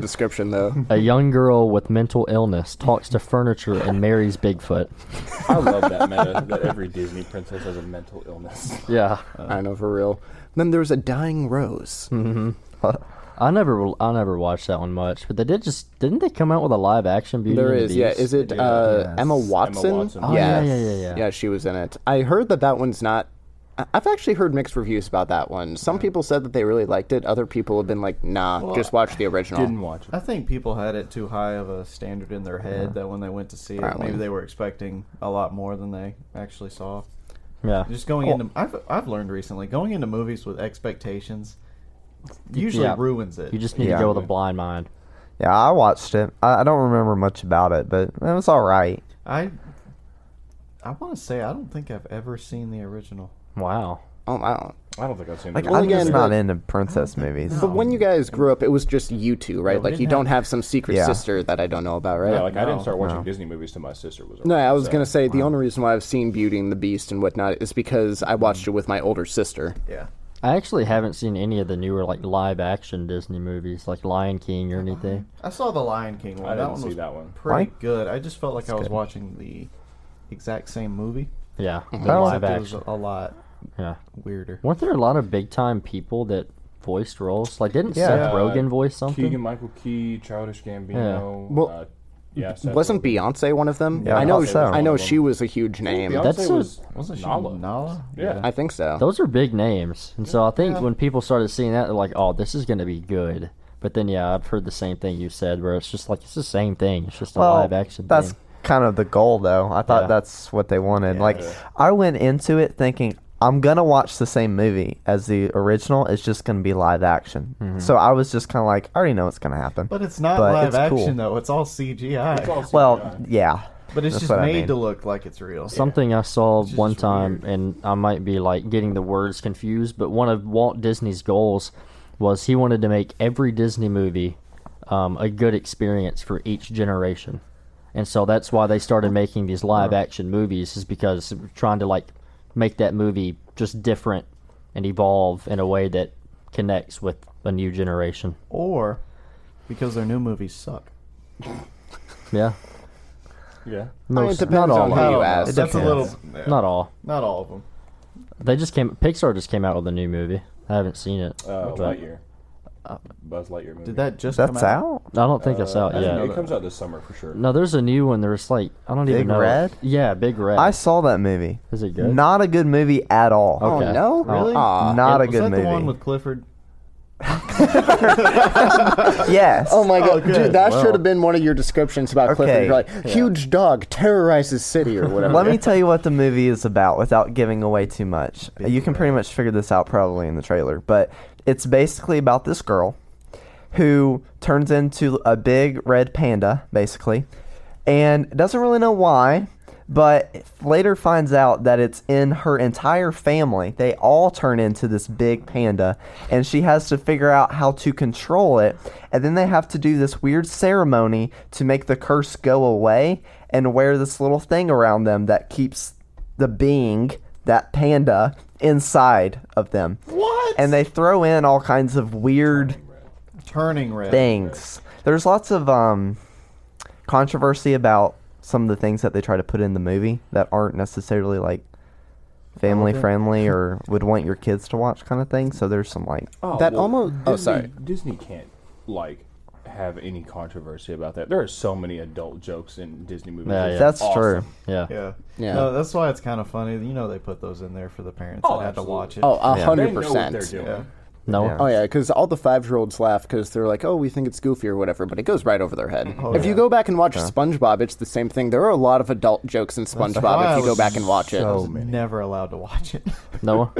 Speaker 4: description though.
Speaker 1: A young girl with mental illness talks to furniture and marries Bigfoot.
Speaker 3: I love that meta that every Disney princess has a mental illness.
Speaker 1: Yeah,
Speaker 4: I know for real. Then there's a dying rose.
Speaker 1: I never, I never watched that one much, but they did just didn't they come out with a live action Beauty?
Speaker 4: There
Speaker 1: and
Speaker 4: is,
Speaker 1: the
Speaker 4: yeah.
Speaker 1: Beast?
Speaker 4: Is it uh, Emma Watson?
Speaker 3: Watson. Oh,
Speaker 1: yeah, yeah,
Speaker 4: Yes.
Speaker 1: yeah, yeah.
Speaker 4: she was in it. I heard that that one's not. I- I've actually heard mixed reviews about that one. Some people said that they really liked it. Other people have been like, "Nah, just watch the original."
Speaker 3: Didn't watch it.
Speaker 2: I think people had it too high of a standard in their head that when they went to see it,
Speaker 4: Probably.
Speaker 2: maybe they were expecting a lot more than they actually saw.
Speaker 1: yeah.
Speaker 2: Just going into I've I've learned recently going into movies with expectations usually
Speaker 1: Yeah.
Speaker 2: ruins it.
Speaker 1: You just need
Speaker 5: Yeah.
Speaker 1: to go with a blind mind.
Speaker 5: Yeah, I watched it. I, I don't remember much about it, but it was all right.
Speaker 2: I I want to say I don't think I've ever seen the original.
Speaker 1: Wow.
Speaker 4: Oh wow!
Speaker 3: I don't think I've seen
Speaker 5: Like
Speaker 3: it.
Speaker 5: I'm
Speaker 4: again,
Speaker 5: just not
Speaker 4: but-
Speaker 5: into princess movies.
Speaker 4: But when you guys grew up, it was just you two, right? like
Speaker 2: didn't
Speaker 4: you don't have some secret
Speaker 5: Yeah.
Speaker 4: sister that I don't know about, right?
Speaker 3: Yeah, like I didn't start watching
Speaker 5: no.
Speaker 3: Disney movies till my sister was.
Speaker 4: no,
Speaker 3: around,
Speaker 4: I was
Speaker 3: so-
Speaker 4: gonna say the only reason why I've seen Beauty and the Beast and whatnot is because
Speaker 3: Mm.
Speaker 4: I watched it with my older sister.
Speaker 2: Yeah.
Speaker 1: I actually haven't seen any of the newer like live action Disney movies, like Lion King or anything.
Speaker 2: I saw the Lion King one.
Speaker 3: I
Speaker 2: that
Speaker 3: didn't
Speaker 2: one
Speaker 3: see
Speaker 2: was
Speaker 3: that one.
Speaker 2: pretty
Speaker 5: Why?
Speaker 2: good. I just felt like I was
Speaker 5: good.
Speaker 2: watching the exact same movie.
Speaker 1: Yeah, the
Speaker 5: Oh.
Speaker 1: live
Speaker 2: Except it was
Speaker 1: action.
Speaker 2: a lot
Speaker 1: Yeah.
Speaker 2: weirder.
Speaker 1: Weren't there a lot of big time people that voiced roles? Like, didn't
Speaker 5: Yeah.
Speaker 1: Seth
Speaker 3: Uh,
Speaker 1: Rogen voice something?
Speaker 3: Keegan Michael Key, Childish Gambino.
Speaker 4: Well,
Speaker 3: uh, yeah, Seth
Speaker 4: Wasn't
Speaker 3: Rogen.
Speaker 4: Beyonce one of them?
Speaker 5: Yeah,
Speaker 4: I
Speaker 5: I
Speaker 4: know.
Speaker 5: thought so.
Speaker 4: I know
Speaker 3: One of
Speaker 4: she
Speaker 3: them.
Speaker 4: was a huge name.
Speaker 3: Beyonce
Speaker 1: That's a-
Speaker 3: was
Speaker 2: Wasn't she
Speaker 3: Nala.
Speaker 2: Nala?
Speaker 3: Yeah.
Speaker 4: I think so.
Speaker 1: Those are big names, and so I think when people started seeing that, they're like, "Oh, this is going to be good." But then, yeah, I've heard the same thing you said, where it's just like it's the same thing. It's just a
Speaker 5: well,
Speaker 1: live action.
Speaker 5: that's
Speaker 1: thing.
Speaker 5: kind of the goal, though. I thought
Speaker 1: Yeah.
Speaker 5: that's what they wanted. like I went into it thinking I'm gonna watch the same movie as the original. It's just gonna be live action.
Speaker 1: Mm-hmm.
Speaker 5: So I was just kind of like, I already know what's gonna happen.
Speaker 2: But it's not
Speaker 5: But
Speaker 2: live
Speaker 5: it's
Speaker 2: action
Speaker 5: cool.
Speaker 2: though. It's all CGI.
Speaker 3: It's all CGI.
Speaker 5: well, yeah.
Speaker 2: but it's
Speaker 5: that's
Speaker 2: just
Speaker 5: what I
Speaker 2: made
Speaker 5: mean.
Speaker 2: to look like it's real.
Speaker 1: Something I saw
Speaker 2: just
Speaker 1: one time,
Speaker 2: weird.
Speaker 1: and I might be like getting the words confused, but one of Walt Disney's goals was he wanted to make every Disney movie um, a good experience for each generation, and so that's why they started making these live action movies, is because we're trying to like make that movie just different and evolve in a way that connects with a new generation.
Speaker 2: or because their new movies suck.
Speaker 1: Yeah,
Speaker 3: yeah.
Speaker 1: no,
Speaker 4: it depends on
Speaker 1: all,
Speaker 4: who
Speaker 1: of
Speaker 4: you
Speaker 1: them.
Speaker 4: ask.
Speaker 2: That's a little. yeah.
Speaker 1: not all.
Speaker 2: Not all of them.
Speaker 1: They just came. Pixar just came out with a new movie. I haven't seen it.
Speaker 3: Uh,
Speaker 1: but-
Speaker 3: Lightyear.
Speaker 1: Uh,
Speaker 3: Buzz Lightyear movie.
Speaker 2: Did that just
Speaker 5: That's
Speaker 2: come out?
Speaker 5: out.
Speaker 1: I don't think it's out
Speaker 3: Uh, I didn't know
Speaker 1: yet.
Speaker 3: It comes out this summer for sure.
Speaker 1: No, there's a new one. There's like I don't even
Speaker 5: Big
Speaker 1: know.
Speaker 5: Red?
Speaker 1: Yeah, big red.
Speaker 5: I saw that movie.
Speaker 1: Is it good?
Speaker 5: Not a good movie at all.
Speaker 1: Okay.
Speaker 4: Oh no!
Speaker 1: Really?
Speaker 4: Aw.
Speaker 5: Not a
Speaker 2: Was
Speaker 5: good
Speaker 2: that
Speaker 5: movie.
Speaker 2: the one with Clifford?
Speaker 5: yes.
Speaker 4: Oh my god, dude, that
Speaker 1: Well.
Speaker 4: should have been one of your descriptions about Clifford.
Speaker 5: Okay.
Speaker 4: You're like, huge dog terrorizes city or whatever.
Speaker 5: Let me tell you what the movie is about without giving away too much. You can pretty much figure this out probably in the trailer, but it's basically about this girl who turns into a big red panda, basically, and doesn't really know why, but later finds out that it's in her entire family. They all turn into this big panda, and she has to figure out how to control it. And then they have to do this weird ceremony to make the curse go away and wear this little thing around them that keeps the being, that panda, inside of them.
Speaker 2: What?
Speaker 5: And they throw in all kinds of weird
Speaker 2: Turning Red.
Speaker 5: things. There's lots of um, controversy about some of the things that they try to put in the movie that aren't necessarily like family friendly or would want your kids to watch kind of thing. So there's some like
Speaker 3: Oh,
Speaker 4: That almost-
Speaker 3: Disney,
Speaker 4: oh, sorry.
Speaker 3: Disney can't like have any controversy about that. There are so many adult jokes in Disney movies.
Speaker 1: Yeah,
Speaker 3: It's
Speaker 1: yeah.
Speaker 5: that's
Speaker 3: awesome.
Speaker 5: true.
Speaker 1: Yeah.
Speaker 2: Yeah.
Speaker 4: Yeah.
Speaker 2: No, that's why it's kind of funny. You know, they put those in there for the parents
Speaker 3: Oh,
Speaker 2: that had to watch it.
Speaker 4: Oh, a
Speaker 1: Yeah.
Speaker 3: They
Speaker 4: hundred
Speaker 3: know what they're
Speaker 4: percent.
Speaker 3: doing.
Speaker 2: Yeah.
Speaker 1: No.
Speaker 5: Yeah.
Speaker 4: Oh yeah, because all the five-year-olds laugh because they're like, "Oh, we think it's goofy or whatever," but it goes right over their head. if you
Speaker 2: yeah.
Speaker 4: go back and watch SpongeBob, it's the same thing. There are a lot of adult jokes in
Speaker 2: why
Speaker 4: SpongeBob
Speaker 2: I
Speaker 4: if you go
Speaker 2: was
Speaker 4: back and watch
Speaker 2: I
Speaker 4: it.
Speaker 2: was never allowed to watch it.
Speaker 1: Noah.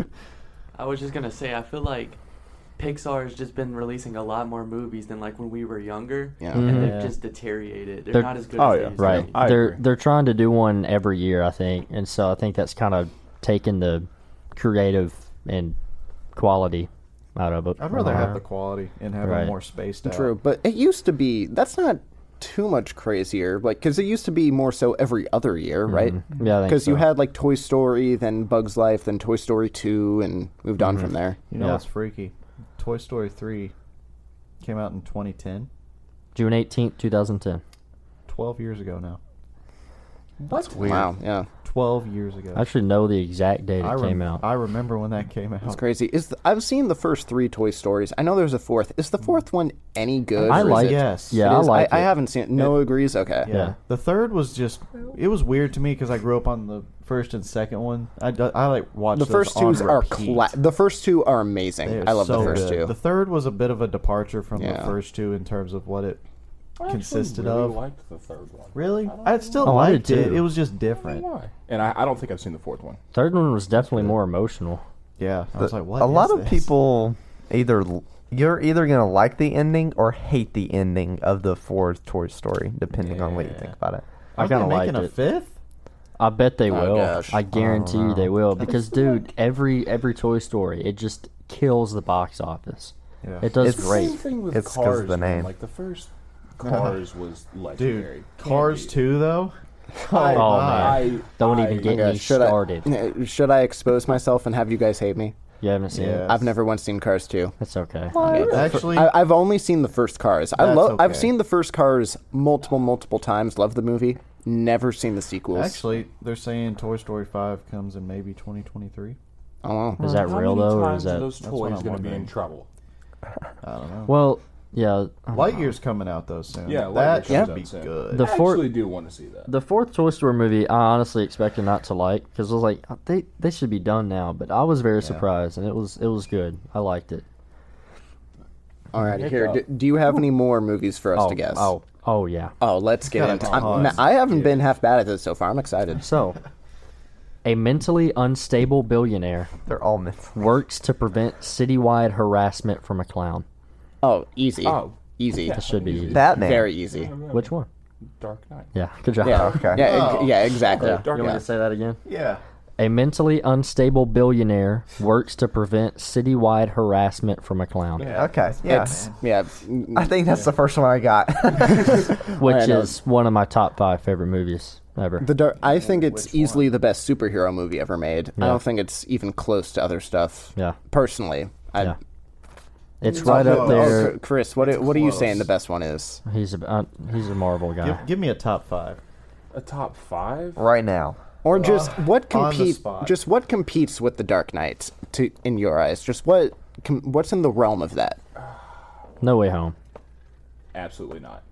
Speaker 6: I was just gonna say, I feel like Pixar has just been releasing a lot more movies than like when we were younger,
Speaker 4: Yeah.
Speaker 6: and they've
Speaker 2: Yeah.
Speaker 6: just deteriorated. They're,
Speaker 1: They're-
Speaker 6: not as good.
Speaker 3: Oh,
Speaker 6: as
Speaker 3: yeah.
Speaker 6: They used
Speaker 1: Right.
Speaker 6: To be.
Speaker 3: I
Speaker 1: they're
Speaker 3: agree.
Speaker 1: they're trying to do one every year, I think, and so I think that's kind of taken the creative and quality out of it.
Speaker 2: I'd rather have
Speaker 1: Uh,
Speaker 2: the quality and have
Speaker 1: Right.
Speaker 2: it more spaced out.
Speaker 4: True, but it used to be. That's not too much crazier, like because it used to be more so every other year, right?
Speaker 1: Yeah, I think
Speaker 4: Because you
Speaker 1: so.
Speaker 4: had like Toy Story, then Bugs Life, then Toy Story Two, and moved on from there.
Speaker 2: You know
Speaker 1: Yeah.
Speaker 2: what's freaky? Toy Story 3 came out in 2010.
Speaker 1: June eighteenth, two thousand ten.
Speaker 2: 12 years ago now.
Speaker 3: That's weird.
Speaker 4: Wow, yeah,
Speaker 2: 12 years ago.
Speaker 1: I actually know the exact date it
Speaker 2: I rem-
Speaker 1: came out.
Speaker 2: I remember when that came out.
Speaker 4: it's crazy. Is the, I've seen the first three Toy Stories. I know there's a fourth. Is the fourth one any good?
Speaker 1: I
Speaker 4: or is
Speaker 1: like
Speaker 4: it-
Speaker 2: Yes.
Speaker 1: Yeah,
Speaker 4: It
Speaker 1: I
Speaker 4: is?
Speaker 1: like
Speaker 4: I,
Speaker 1: it.
Speaker 4: haven't seen it. No agrees. Okay.
Speaker 2: Yeah.
Speaker 1: Yeah.
Speaker 2: The third was just it was weird to me because I grew up on the first and second one. I, do- I like watched
Speaker 4: The
Speaker 2: those
Speaker 4: first
Speaker 2: on
Speaker 4: two are
Speaker 2: repeat.
Speaker 4: cla- the first two are amazing.
Speaker 2: They are
Speaker 4: I love
Speaker 2: so
Speaker 4: the first
Speaker 2: good.
Speaker 4: two.
Speaker 2: The third was a bit of a departure from
Speaker 4: Yeah.
Speaker 2: the first two in terms of what it
Speaker 3: I actually
Speaker 2: consisted
Speaker 3: really
Speaker 2: of.
Speaker 3: liked the third one.
Speaker 2: Really? I still
Speaker 1: Oh, I did
Speaker 2: liked it.
Speaker 1: too.
Speaker 2: It was just different.
Speaker 3: Why? And I, I don't think I've seen the fourth one.
Speaker 1: Third one was definitely more emotional.
Speaker 2: Yeah. I was like, what?
Speaker 5: a
Speaker 2: is
Speaker 5: lot of
Speaker 2: this?
Speaker 5: people either l- you're either gonna like the ending or hate the ending of the fourth Toy Story, depending on what you think about it.
Speaker 1: I
Speaker 2: Aren't they
Speaker 1: kind of liked
Speaker 2: making a
Speaker 1: it.
Speaker 2: fifth.
Speaker 1: I bet they will.
Speaker 4: gosh.
Speaker 1: I guarantee you
Speaker 3: Oh,
Speaker 1: they will because, dude, every every Toy Story it just kills the box office.
Speaker 2: Yeah.
Speaker 1: It does
Speaker 5: It's-
Speaker 1: great.
Speaker 3: Same thing with
Speaker 5: It's 'cause
Speaker 3: Cars.
Speaker 5: of the
Speaker 3: man.
Speaker 5: name.
Speaker 3: Like the first Cars was
Speaker 2: Dude,
Speaker 3: legendary.
Speaker 2: Cars
Speaker 3: Candy.
Speaker 2: two though.
Speaker 3: I,
Speaker 1: Oh,
Speaker 3: I,
Speaker 1: man. Don't
Speaker 3: I-
Speaker 1: even get
Speaker 4: Yeah,
Speaker 1: me
Speaker 4: should
Speaker 1: started.
Speaker 4: I should I expose myself and have you guys hate me?
Speaker 1: You haven't seen
Speaker 2: Yeah.
Speaker 1: it.
Speaker 4: I've never once seen Cars two.
Speaker 1: That's okay.
Speaker 2: Actually,
Speaker 4: I, I've only seen the first Cars. I
Speaker 2: That's
Speaker 4: love. I've
Speaker 2: okay.
Speaker 4: seen the first Cars multiple, multiple times. Love the movie. Never seen the sequels.
Speaker 2: actually, they're saying Toy Story five comes in maybe 2023.
Speaker 4: oh, wow.
Speaker 1: Is that
Speaker 3: How
Speaker 1: real
Speaker 3: many
Speaker 1: though, or
Speaker 3: times
Speaker 1: is
Speaker 3: are
Speaker 1: that?
Speaker 3: those
Speaker 2: That's what
Speaker 3: toys
Speaker 2: I'm
Speaker 3: going to be in
Speaker 2: wondering.
Speaker 3: trouble?
Speaker 2: I don't know.
Speaker 1: Well, yeah.
Speaker 2: Lightyear's coming out though soon.
Speaker 3: Yeah, Lightyear
Speaker 2: that
Speaker 3: comes
Speaker 2: should
Speaker 3: out
Speaker 2: be
Speaker 3: soon.
Speaker 2: good.
Speaker 1: The
Speaker 3: I
Speaker 1: four-
Speaker 3: actually do want to see that.
Speaker 1: The fourth Toy Story movie, I honestly expected not to like because I was like, they they should be done now. But I was very surprised, and it was it was good. I liked it.
Speaker 4: All right. Here, do, do you have any more movies for us
Speaker 1: Oh,
Speaker 4: to guess?
Speaker 1: oh, oh, yeah.
Speaker 4: Oh, let's get
Speaker 2: Got a
Speaker 4: into. I'm,
Speaker 2: ton.
Speaker 4: man, I haven't been half bad at this so far. I'm excited.
Speaker 1: So, a mentally unstable billionaire
Speaker 5: They're all myths.
Speaker 1: works to prevent citywide harassment from a clown.
Speaker 4: Oh, easy.
Speaker 3: Oh.
Speaker 4: easy.
Speaker 1: That should be easy.
Speaker 5: Batman.
Speaker 4: Very easy.
Speaker 1: Which one?
Speaker 3: Dark Knight.
Speaker 1: Yeah, good job.
Speaker 4: Yeah.
Speaker 5: Okay.
Speaker 4: Yeah.
Speaker 2: Oh.
Speaker 4: ex- yeah. Exactly.
Speaker 1: You want me
Speaker 4: Yeah.
Speaker 1: to say that again?
Speaker 2: yeah.
Speaker 1: A mentally unstable billionaire works to prevent citywide harassment from a clown,
Speaker 5: Okay. Yeah.
Speaker 4: It's yeah. mm,
Speaker 5: I think that's the first one I got.
Speaker 1: which
Speaker 4: know.
Speaker 1: is one of my top five favorite movies ever.
Speaker 4: The dark. I think it's easily the best superhero movie ever made. I don't think it's even close to other stuff.
Speaker 1: Yeah.
Speaker 4: Personally, I,
Speaker 1: Yeah. It's right up
Speaker 2: close.
Speaker 1: there.
Speaker 4: Oh, Ch- Chris, what what are you
Speaker 2: close.
Speaker 4: saying the best one is?
Speaker 1: He's a uh, he's a Marvel guy.
Speaker 2: Give, give me a top five.
Speaker 3: A top five?
Speaker 5: right now.
Speaker 4: Or just what
Speaker 2: on the
Speaker 4: compete?
Speaker 2: spot.
Speaker 4: Just what competes with the Dark Knight to in your eyes? Just what com, what's in the realm of that?
Speaker 1: No Way Home.
Speaker 3: Absolutely not.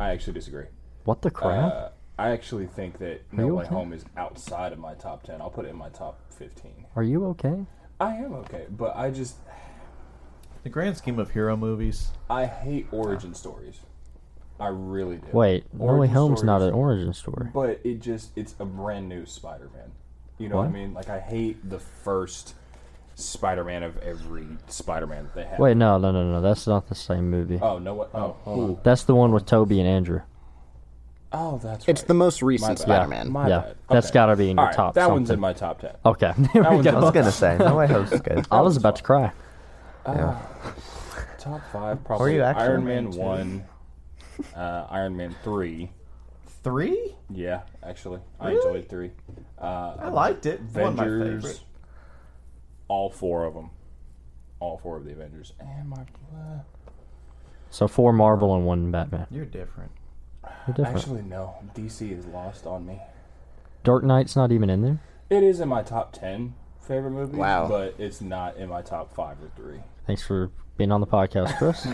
Speaker 3: I actually disagree.
Speaker 1: What the crap?
Speaker 3: Uh, I actually think that No
Speaker 1: you
Speaker 3: Way
Speaker 1: okay?
Speaker 3: Home is outside of my top ten. I'll put it in my top fifteen.
Speaker 1: Are you okay?
Speaker 3: I am okay, but I just
Speaker 2: The grand scheme of hero movies.
Speaker 3: I hate origin stories. I really do.
Speaker 1: Wait, No Way
Speaker 3: Origin
Speaker 1: Home's not
Speaker 3: stories,
Speaker 1: an origin story.
Speaker 3: But it just it's a brand new Spider-Man. You know what, I mean? Like I hate the first Spider-Man of every Spider-Man that they have.
Speaker 1: Wait, no, no, no, no. That's not the same movie.
Speaker 3: Oh no! What? Oh, hold on.
Speaker 1: That's the one with Toby and Andrew.
Speaker 3: oh, that's right.
Speaker 4: It's the most
Speaker 3: My bad.
Speaker 4: recent Spider-Man.
Speaker 3: My
Speaker 1: Yeah,
Speaker 3: bad.
Speaker 1: that's
Speaker 3: Okay.
Speaker 1: gotta be in your
Speaker 3: Alright,
Speaker 1: top
Speaker 3: That one's in
Speaker 1: something.
Speaker 3: my top ten.
Speaker 1: Okay, there we
Speaker 3: one's
Speaker 1: go.
Speaker 5: I was gonna say No Way Home's good.
Speaker 1: I was about to cry.
Speaker 3: Top five, probably.
Speaker 5: you actually?
Speaker 3: Iron Man one, uh, Iron Man three.
Speaker 2: Three?
Speaker 3: Yeah, actually, I enjoyed three.
Speaker 2: I liked it. One of my
Speaker 3: Avengers.
Speaker 2: favorites.
Speaker 3: All four of them. All four of the Avengers. And my. uh,
Speaker 1: So four Marvel and one Batman.
Speaker 2: You're different.
Speaker 1: They're different.
Speaker 3: actually, no. DC is lost on me.
Speaker 1: Dark Knight's not even in there.
Speaker 3: It is in my top ten favorite movies.
Speaker 4: Wow.
Speaker 3: But it's not in my top five or three.
Speaker 1: Thanks for being on the podcast, Chris.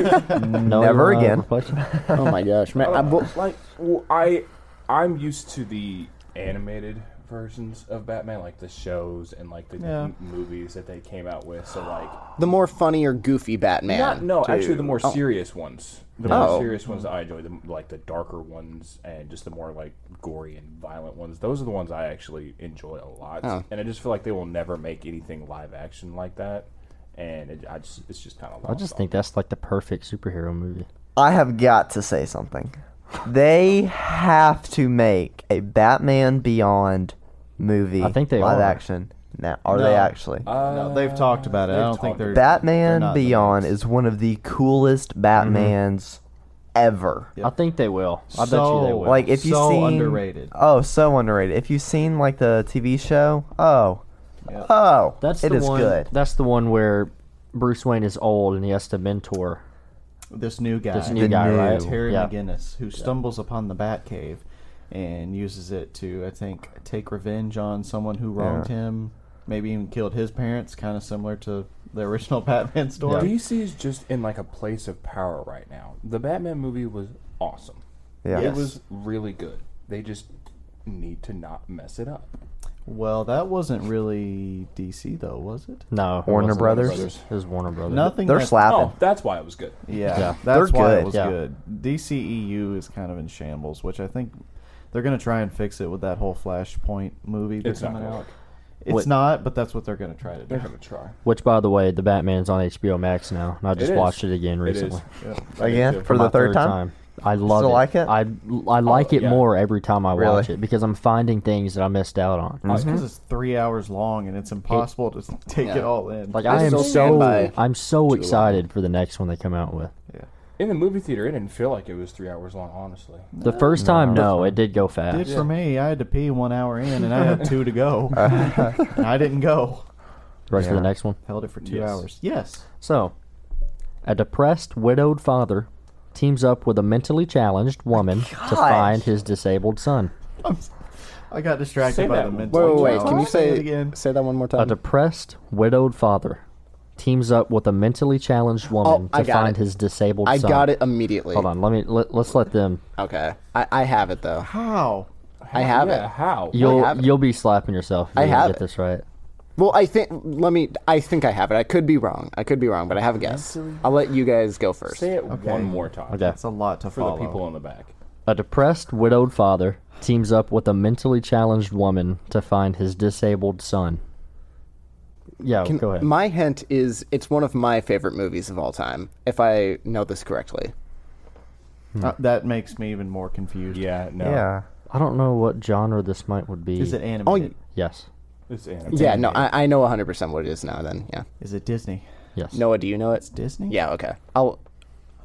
Speaker 1: no,
Speaker 5: Never
Speaker 1: uh,
Speaker 5: again.
Speaker 1: reflection?
Speaker 4: oh my gosh, man! I, well,
Speaker 3: like well, I I'm used to the animated versions of Batman, like the shows and like the
Speaker 2: Yeah.
Speaker 3: m- movies that they came out with. So like,
Speaker 4: the more funny or goofy Batman.
Speaker 3: not no, actually the more
Speaker 4: Oh.
Speaker 3: serious ones, the
Speaker 4: Oh.
Speaker 3: more serious ones that I enjoy, the, like the darker ones and just the more like gory and violent ones. Those are the ones I actually enjoy a lot,
Speaker 4: Oh.
Speaker 3: and I just feel like they will never make anything live action like that. And it, I just it's just kind of
Speaker 1: I just think that's like the perfect superhero movie.
Speaker 5: I have got to say something. They have to make a Batman Beyond movie.
Speaker 1: I think they
Speaker 5: live
Speaker 1: are.
Speaker 5: action. Now, are they
Speaker 2: No.
Speaker 5: actually?
Speaker 2: no,
Speaker 3: Uh,
Speaker 2: they've talked about it. I
Speaker 3: they've
Speaker 2: don't think
Speaker 3: talked
Speaker 2: they're they're
Speaker 5: Batman
Speaker 2: not the
Speaker 5: Beyond
Speaker 2: next.
Speaker 5: is one of the coolest Batmans ever.
Speaker 2: Yep.
Speaker 1: I think they will. I bet you they
Speaker 2: So-
Speaker 1: will.
Speaker 5: Like if you
Speaker 2: So
Speaker 5: seen
Speaker 2: underrated.
Speaker 5: Oh, so underrated. If you've seen like the TV show, oh,
Speaker 2: Yep.
Speaker 5: oh,
Speaker 1: that's
Speaker 5: it
Speaker 1: the
Speaker 5: is
Speaker 1: one.
Speaker 5: good.
Speaker 1: That's the one where Bruce Wayne is old and he has to mentor
Speaker 2: This new guy,
Speaker 1: this new
Speaker 5: The
Speaker 1: guy,
Speaker 5: new-
Speaker 1: right?
Speaker 2: It's Harry
Speaker 1: yeah.
Speaker 2: McGinnis, who stumbles upon the Batcave and uses it to, I think, take revenge on someone who wronged him, maybe even killed his parents, kind of similar to the original Batman story.
Speaker 3: DC is just in like a place of power right now. The Batman movie was awesome.
Speaker 5: Yeah.
Speaker 3: It was really good. They just need to not mess it up.
Speaker 2: Well, that wasn't really DC, though, was it?
Speaker 1: No, it
Speaker 5: Warner
Speaker 1: wasn't
Speaker 5: Brothers?
Speaker 1: It was Warner Brothers.
Speaker 2: Nothing.
Speaker 5: They're
Speaker 2: that-
Speaker 5: slapping.
Speaker 3: Oh, that's why it was good.
Speaker 2: Yeah,
Speaker 1: Yeah.
Speaker 2: that's
Speaker 5: They're
Speaker 2: why
Speaker 5: good.
Speaker 2: it was
Speaker 1: Yeah.
Speaker 2: good. DCEU is kind of in shambles, which I think they're going to try and fix it with that whole Flashpoint movie that's
Speaker 3: It's not
Speaker 2: coming
Speaker 3: gonna
Speaker 2: out.
Speaker 3: work.
Speaker 2: It's
Speaker 1: What-
Speaker 2: not, but that's what they're going to try to
Speaker 3: They're
Speaker 2: do.
Speaker 3: gonna try.
Speaker 1: Which, by the way, the Batman's on HBO Max now, and I just
Speaker 3: is.
Speaker 1: watched it again
Speaker 3: It is.
Speaker 1: recently.
Speaker 3: Yeah.
Speaker 5: Again?
Speaker 3: Yeah.
Speaker 5: For the
Speaker 1: my
Speaker 5: third time?
Speaker 1: I love
Speaker 5: Still
Speaker 1: it.
Speaker 5: like it?
Speaker 1: I I like it
Speaker 3: yeah.
Speaker 1: more every time I watch
Speaker 5: Really?
Speaker 1: it because I'm finding things that I missed out on.
Speaker 2: Just because it's three hours long and it's impossible to take
Speaker 4: Yeah.
Speaker 2: it all in.
Speaker 1: Like
Speaker 4: I
Speaker 1: I am
Speaker 4: still stand by
Speaker 1: so I'm so
Speaker 4: July.
Speaker 1: excited for the next one they come out with.
Speaker 2: yeah.
Speaker 3: in the movie theater, it didn't feel like it was three hours long. Honestly,
Speaker 1: The first time, no, it did go fast.
Speaker 2: Did for me. I had to pee one hour in, and I had two to go. and I didn't go.
Speaker 1: Ready for
Speaker 5: Yeah.
Speaker 1: the next one?
Speaker 2: Held it for two
Speaker 3: Yes.
Speaker 2: hours. Yes.
Speaker 1: So, a depressed, widowed father teams up with a mentally challenged woman to find his disabled son.
Speaker 2: I'm, s- I got distracted
Speaker 3: Say
Speaker 2: by
Speaker 3: that
Speaker 2: the
Speaker 3: one.
Speaker 4: wait,
Speaker 2: mental.
Speaker 4: wait, wait. Can
Speaker 2: challenge.
Speaker 4: you
Speaker 2: it
Speaker 4: say
Speaker 2: again?
Speaker 4: say that one more
Speaker 1: A
Speaker 4: time?
Speaker 1: depressed, widowed father teams up with a mentally challenged woman
Speaker 4: I
Speaker 1: to
Speaker 4: got
Speaker 1: find
Speaker 4: it.
Speaker 1: his disabled
Speaker 4: I
Speaker 1: son.
Speaker 4: got it immediately.
Speaker 1: Hold on, let me let, let's let them.
Speaker 4: Okay, I, I have it though.
Speaker 2: How?
Speaker 4: I have
Speaker 3: yeah,
Speaker 4: it.
Speaker 3: how?
Speaker 1: You'll
Speaker 4: have it.
Speaker 1: you'll be slapping yourself. If
Speaker 4: I
Speaker 1: you don't
Speaker 4: have
Speaker 1: get
Speaker 4: it.
Speaker 1: this right.
Speaker 4: Well, I think let me. I think I have it. I could be wrong. I could be wrong, but I have a guess. I'll let you guys go first.
Speaker 3: Say it one more time.
Speaker 1: Okay.
Speaker 2: That's a lot to
Speaker 3: For
Speaker 2: follow.
Speaker 3: the people in the back.
Speaker 1: A depressed, widowed father teams up with a mentally challenged woman to find his disabled son. Yeah,
Speaker 4: Can-
Speaker 1: go ahead.
Speaker 4: My hint is it's one of my favorite movies of all time, if I know this correctly.
Speaker 2: Uh, that makes me even more confused.
Speaker 3: Yeah, no.
Speaker 5: Yeah.
Speaker 1: I don't know what genre this might would be.
Speaker 2: Is it
Speaker 4: Oh,
Speaker 2: animated?
Speaker 4: y-
Speaker 1: Yes.
Speaker 3: It's animated.
Speaker 4: Yeah, no, I, I know 100% what it is now then. Yeah.
Speaker 2: Is it Disney?
Speaker 1: Yes.
Speaker 4: Noah, do you know it?
Speaker 2: Disney?
Speaker 4: Yeah, okay. I'll.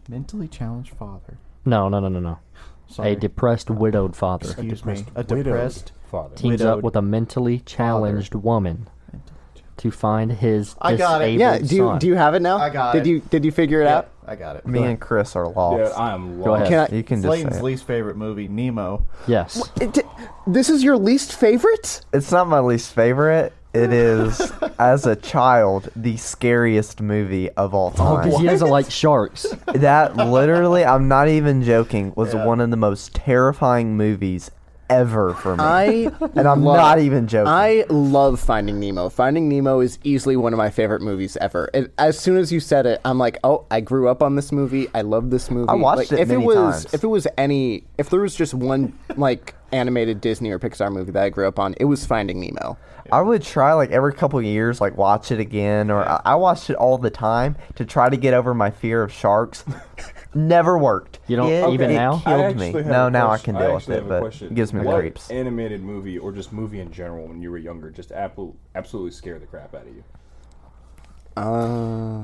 Speaker 2: Mentally challenged father.
Speaker 1: No, no, no, no, no.
Speaker 2: Sorry.
Speaker 1: A depressed, widowed father
Speaker 2: Excuse me. A
Speaker 3: Widowed
Speaker 2: depressed.
Speaker 3: father.
Speaker 1: teams
Speaker 2: widowed
Speaker 1: up with a mentally challenged woman to find his
Speaker 2: I got it.
Speaker 1: disabled
Speaker 4: Yeah, do you,
Speaker 1: son.
Speaker 4: do you have it now?
Speaker 2: I got
Speaker 4: did
Speaker 2: it.
Speaker 4: You, did you figure it out?
Speaker 2: I got it.
Speaker 5: Me and Chris are
Speaker 3: Dude,
Speaker 5: lost.
Speaker 3: I am lost.
Speaker 1: ahead.
Speaker 4: Can I,
Speaker 5: you can just
Speaker 2: Clayton's
Speaker 5: say it.
Speaker 2: least favorite movie, Nemo.
Speaker 1: yes.
Speaker 4: it, di- this is your least favorite?
Speaker 5: It's not my least favorite. It is, as a child, the scariest movie of all
Speaker 1: Oh,
Speaker 5: time.
Speaker 1: because he doesn't like sharks.
Speaker 5: that literally, I'm not even joking, was
Speaker 2: Yeah.
Speaker 5: one of the most terrifying movies ever for me.
Speaker 4: I
Speaker 5: and I'm
Speaker 4: love-
Speaker 5: not even joking.
Speaker 4: I love Finding Nemo. Finding Nemo is easily one of my favorite movies ever. It, as soon as you said it, I'm like, oh, I grew up on this movie. I love this movie.
Speaker 5: I watched
Speaker 4: like,
Speaker 5: it
Speaker 4: If
Speaker 5: many
Speaker 4: it was,
Speaker 5: times.
Speaker 4: if it was any, if there was just one like animated Disney or Pixar movie that I grew up on, it was Finding Nemo.
Speaker 5: I would try like every couple of years, like watch it again, or I, I watched it all the time to try to get over my fear of sharks. Never worked.
Speaker 1: You don't-
Speaker 5: It-
Speaker 1: Okay. even
Speaker 5: it
Speaker 1: now? I
Speaker 5: Killed
Speaker 3: actually
Speaker 5: me.
Speaker 3: have
Speaker 5: No,
Speaker 3: a
Speaker 5: now I
Speaker 3: question-
Speaker 5: can deal with
Speaker 3: actually have
Speaker 5: it,
Speaker 3: a
Speaker 5: but
Speaker 3: question.
Speaker 5: it gives me the
Speaker 3: what
Speaker 5: creeps.
Speaker 3: animated movie or just movie in general when you were younger just apple, absolutely scared the crap out of you?
Speaker 4: Uh,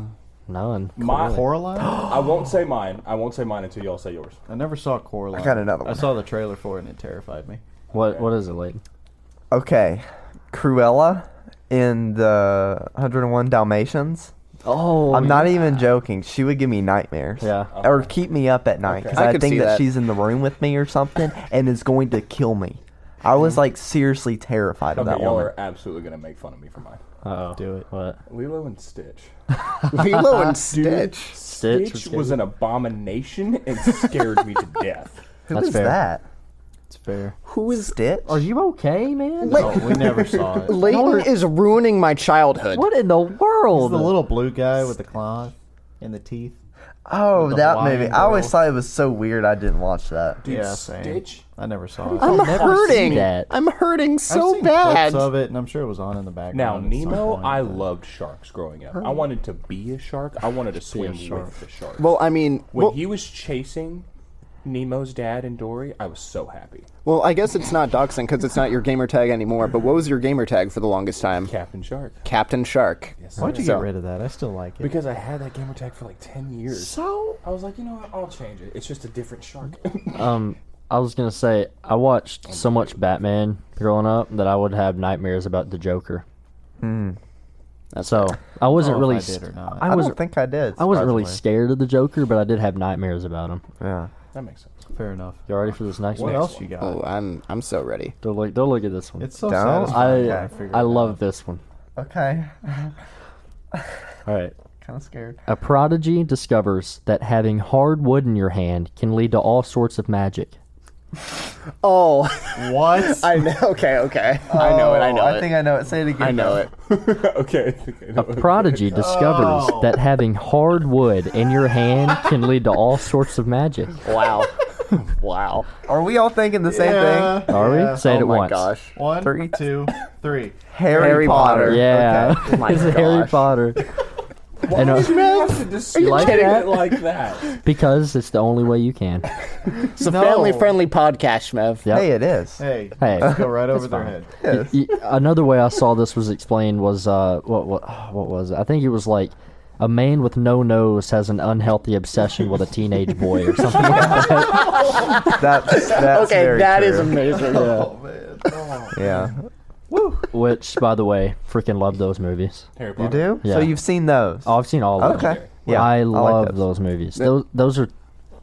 Speaker 1: None.
Speaker 3: My
Speaker 2: Coraline?
Speaker 3: I won't say mine. I won't say mine until y'all say yours.
Speaker 2: I never saw Coraline.
Speaker 5: I got another
Speaker 2: I
Speaker 5: one.
Speaker 2: saw the trailer for it and it terrified me.
Speaker 1: What what is it, Leighton?
Speaker 5: Okay, Cruella in the 101 Dalmatians.
Speaker 1: Oh,
Speaker 5: I'm not even joking. She would give me nightmares.
Speaker 1: Yeah.
Speaker 5: Or keep me up at night
Speaker 3: Okay.
Speaker 5: because
Speaker 4: I
Speaker 5: I,
Speaker 4: could
Speaker 5: think
Speaker 4: see
Speaker 5: that,
Speaker 4: that.
Speaker 5: she's in the room with me or something and is going to kill me. I was like seriously terrified of
Speaker 3: Okay,
Speaker 5: that
Speaker 3: y'all
Speaker 5: one.
Speaker 3: are absolutely gonna make fun of me for mine.
Speaker 1: Uh-oh.
Speaker 2: Do it.
Speaker 1: What?
Speaker 3: Lilo and Stitch.
Speaker 4: Lilo and Stitch.
Speaker 1: Stitch was
Speaker 3: Stitch was an abomination and scared me to death.
Speaker 5: Who
Speaker 1: That's
Speaker 5: is
Speaker 1: fair.
Speaker 5: that?
Speaker 2: It's fair.
Speaker 4: Who is
Speaker 5: Stitch?
Speaker 1: Are you okay, man?
Speaker 4: Wait.
Speaker 2: Oh, we never saw it. It's
Speaker 4: Layton is ruining my childhood.
Speaker 1: What in the
Speaker 2: the
Speaker 1: world?
Speaker 2: little blue guy with the claws and the teeth.
Speaker 5: oh,
Speaker 2: the
Speaker 5: that
Speaker 2: Hawaiian
Speaker 5: movie. I always
Speaker 2: girl?
Speaker 5: thought it was so weird. I didn't watch that.
Speaker 3: Dude,
Speaker 2: yeah, same.
Speaker 3: Stitch.
Speaker 2: I never saw it.
Speaker 4: I'm
Speaker 1: I've never
Speaker 4: hurting.
Speaker 1: seen that.
Speaker 4: I'm hurting
Speaker 2: I've
Speaker 4: so
Speaker 2: seen
Speaker 4: bad.
Speaker 2: clips of it, and I'm sure it was on in the background.
Speaker 3: Now
Speaker 2: at some
Speaker 3: Nemo,
Speaker 2: point,
Speaker 3: I
Speaker 2: but-
Speaker 3: loved sharks growing up. I wanted to be a shark. I wanted to swim with the shark.
Speaker 4: Well, I mean,
Speaker 3: when
Speaker 4: well,
Speaker 3: he was chasing Nemo's dad and Dory, I was so happy.
Speaker 4: well, I guess it's not doxing because it's not your gamer tag anymore. But what was your gamer tag for the longest time?
Speaker 3: Captain Shark.
Speaker 4: Captain Shark.
Speaker 2: Why'd you
Speaker 4: So-
Speaker 2: get rid of that? I still like it.
Speaker 3: Because I had that gamer tag for like ten years.
Speaker 2: so
Speaker 3: I was like, you know what? I'll change it. It's just a different shark.
Speaker 1: Um, I was gonna say I watched so much Batman growing up that I would have nightmares about the Joker. Hmm. So I wasn't
Speaker 2: I don't know
Speaker 1: really.
Speaker 2: if I did or
Speaker 1: st-
Speaker 2: not.
Speaker 1: I
Speaker 5: I
Speaker 1: was.
Speaker 5: don't think I did.
Speaker 1: I wasn't really
Speaker 5: surprisingly.
Speaker 1: scared of the Joker, but I did have nightmares about him.
Speaker 5: Yeah.
Speaker 3: that makes sense.
Speaker 2: fair enough.
Speaker 1: Y'all ready for this next
Speaker 2: What
Speaker 1: one?
Speaker 2: else you got?
Speaker 4: Oh, I'm I'm so ready.
Speaker 1: Don't look. Don't look at this one.
Speaker 2: it's so
Speaker 1: I.
Speaker 5: Don't-
Speaker 2: satisfying. when figure
Speaker 1: I
Speaker 2: it
Speaker 1: love
Speaker 2: out.
Speaker 1: this one.
Speaker 5: Okay.
Speaker 1: All right.
Speaker 5: kind of scared.
Speaker 1: A prodigy discovers that having hard wood in your hand can lead to all sorts of magic.
Speaker 4: Oh,
Speaker 2: What?
Speaker 4: I know. Okay, okay. I know it. Oh, I know
Speaker 5: Oh, I
Speaker 4: it.
Speaker 5: think I know it. Say it again.
Speaker 4: I know it.
Speaker 3: okay. I think I know
Speaker 1: A
Speaker 3: what-
Speaker 1: prodigy
Speaker 4: Oh.
Speaker 1: discovers that having hard wood in your hand can lead to all sorts of magic.
Speaker 4: Wow. wow.
Speaker 5: Are we all thinking the same
Speaker 2: Yeah.
Speaker 5: thing?
Speaker 1: Are we? Say it
Speaker 4: oh
Speaker 1: at
Speaker 4: my
Speaker 1: once.
Speaker 4: gosh.
Speaker 2: One,
Speaker 5: Three.
Speaker 2: two, three.
Speaker 5: Harry,
Speaker 4: Harry Potter.
Speaker 1: Yeah.
Speaker 4: Oh my
Speaker 1: it's Harry
Speaker 4: gosh.
Speaker 1: Potter. And, uh,
Speaker 3: You
Speaker 1: like
Speaker 3: kidding
Speaker 1: that?
Speaker 3: it like that?
Speaker 1: because it's the only way you can.
Speaker 4: It's a family-friendly podcast, Mev.
Speaker 1: Yep.
Speaker 5: Hey, it is.
Speaker 2: Hey,
Speaker 1: Hey.
Speaker 2: let's go right over their head.
Speaker 1: Y- Another way I saw this was explained was uh what what oh, what was it? I think it was like a man with no nose has an unhealthy obsession with a teenage boy or something.
Speaker 5: That's, that's
Speaker 4: Okay,
Speaker 5: very
Speaker 4: that is
Speaker 5: true.
Speaker 4: amazing.
Speaker 5: Yeah.
Speaker 1: Which, by the way, freaking love those movies.
Speaker 3: Harry Potter.
Speaker 5: You do?
Speaker 1: Yeah.
Speaker 5: So you've seen those?
Speaker 1: Oh, I've seen all of them.
Speaker 5: okay. Yeah.
Speaker 1: I
Speaker 5: like
Speaker 1: love
Speaker 5: those.
Speaker 1: those. movies. Those those are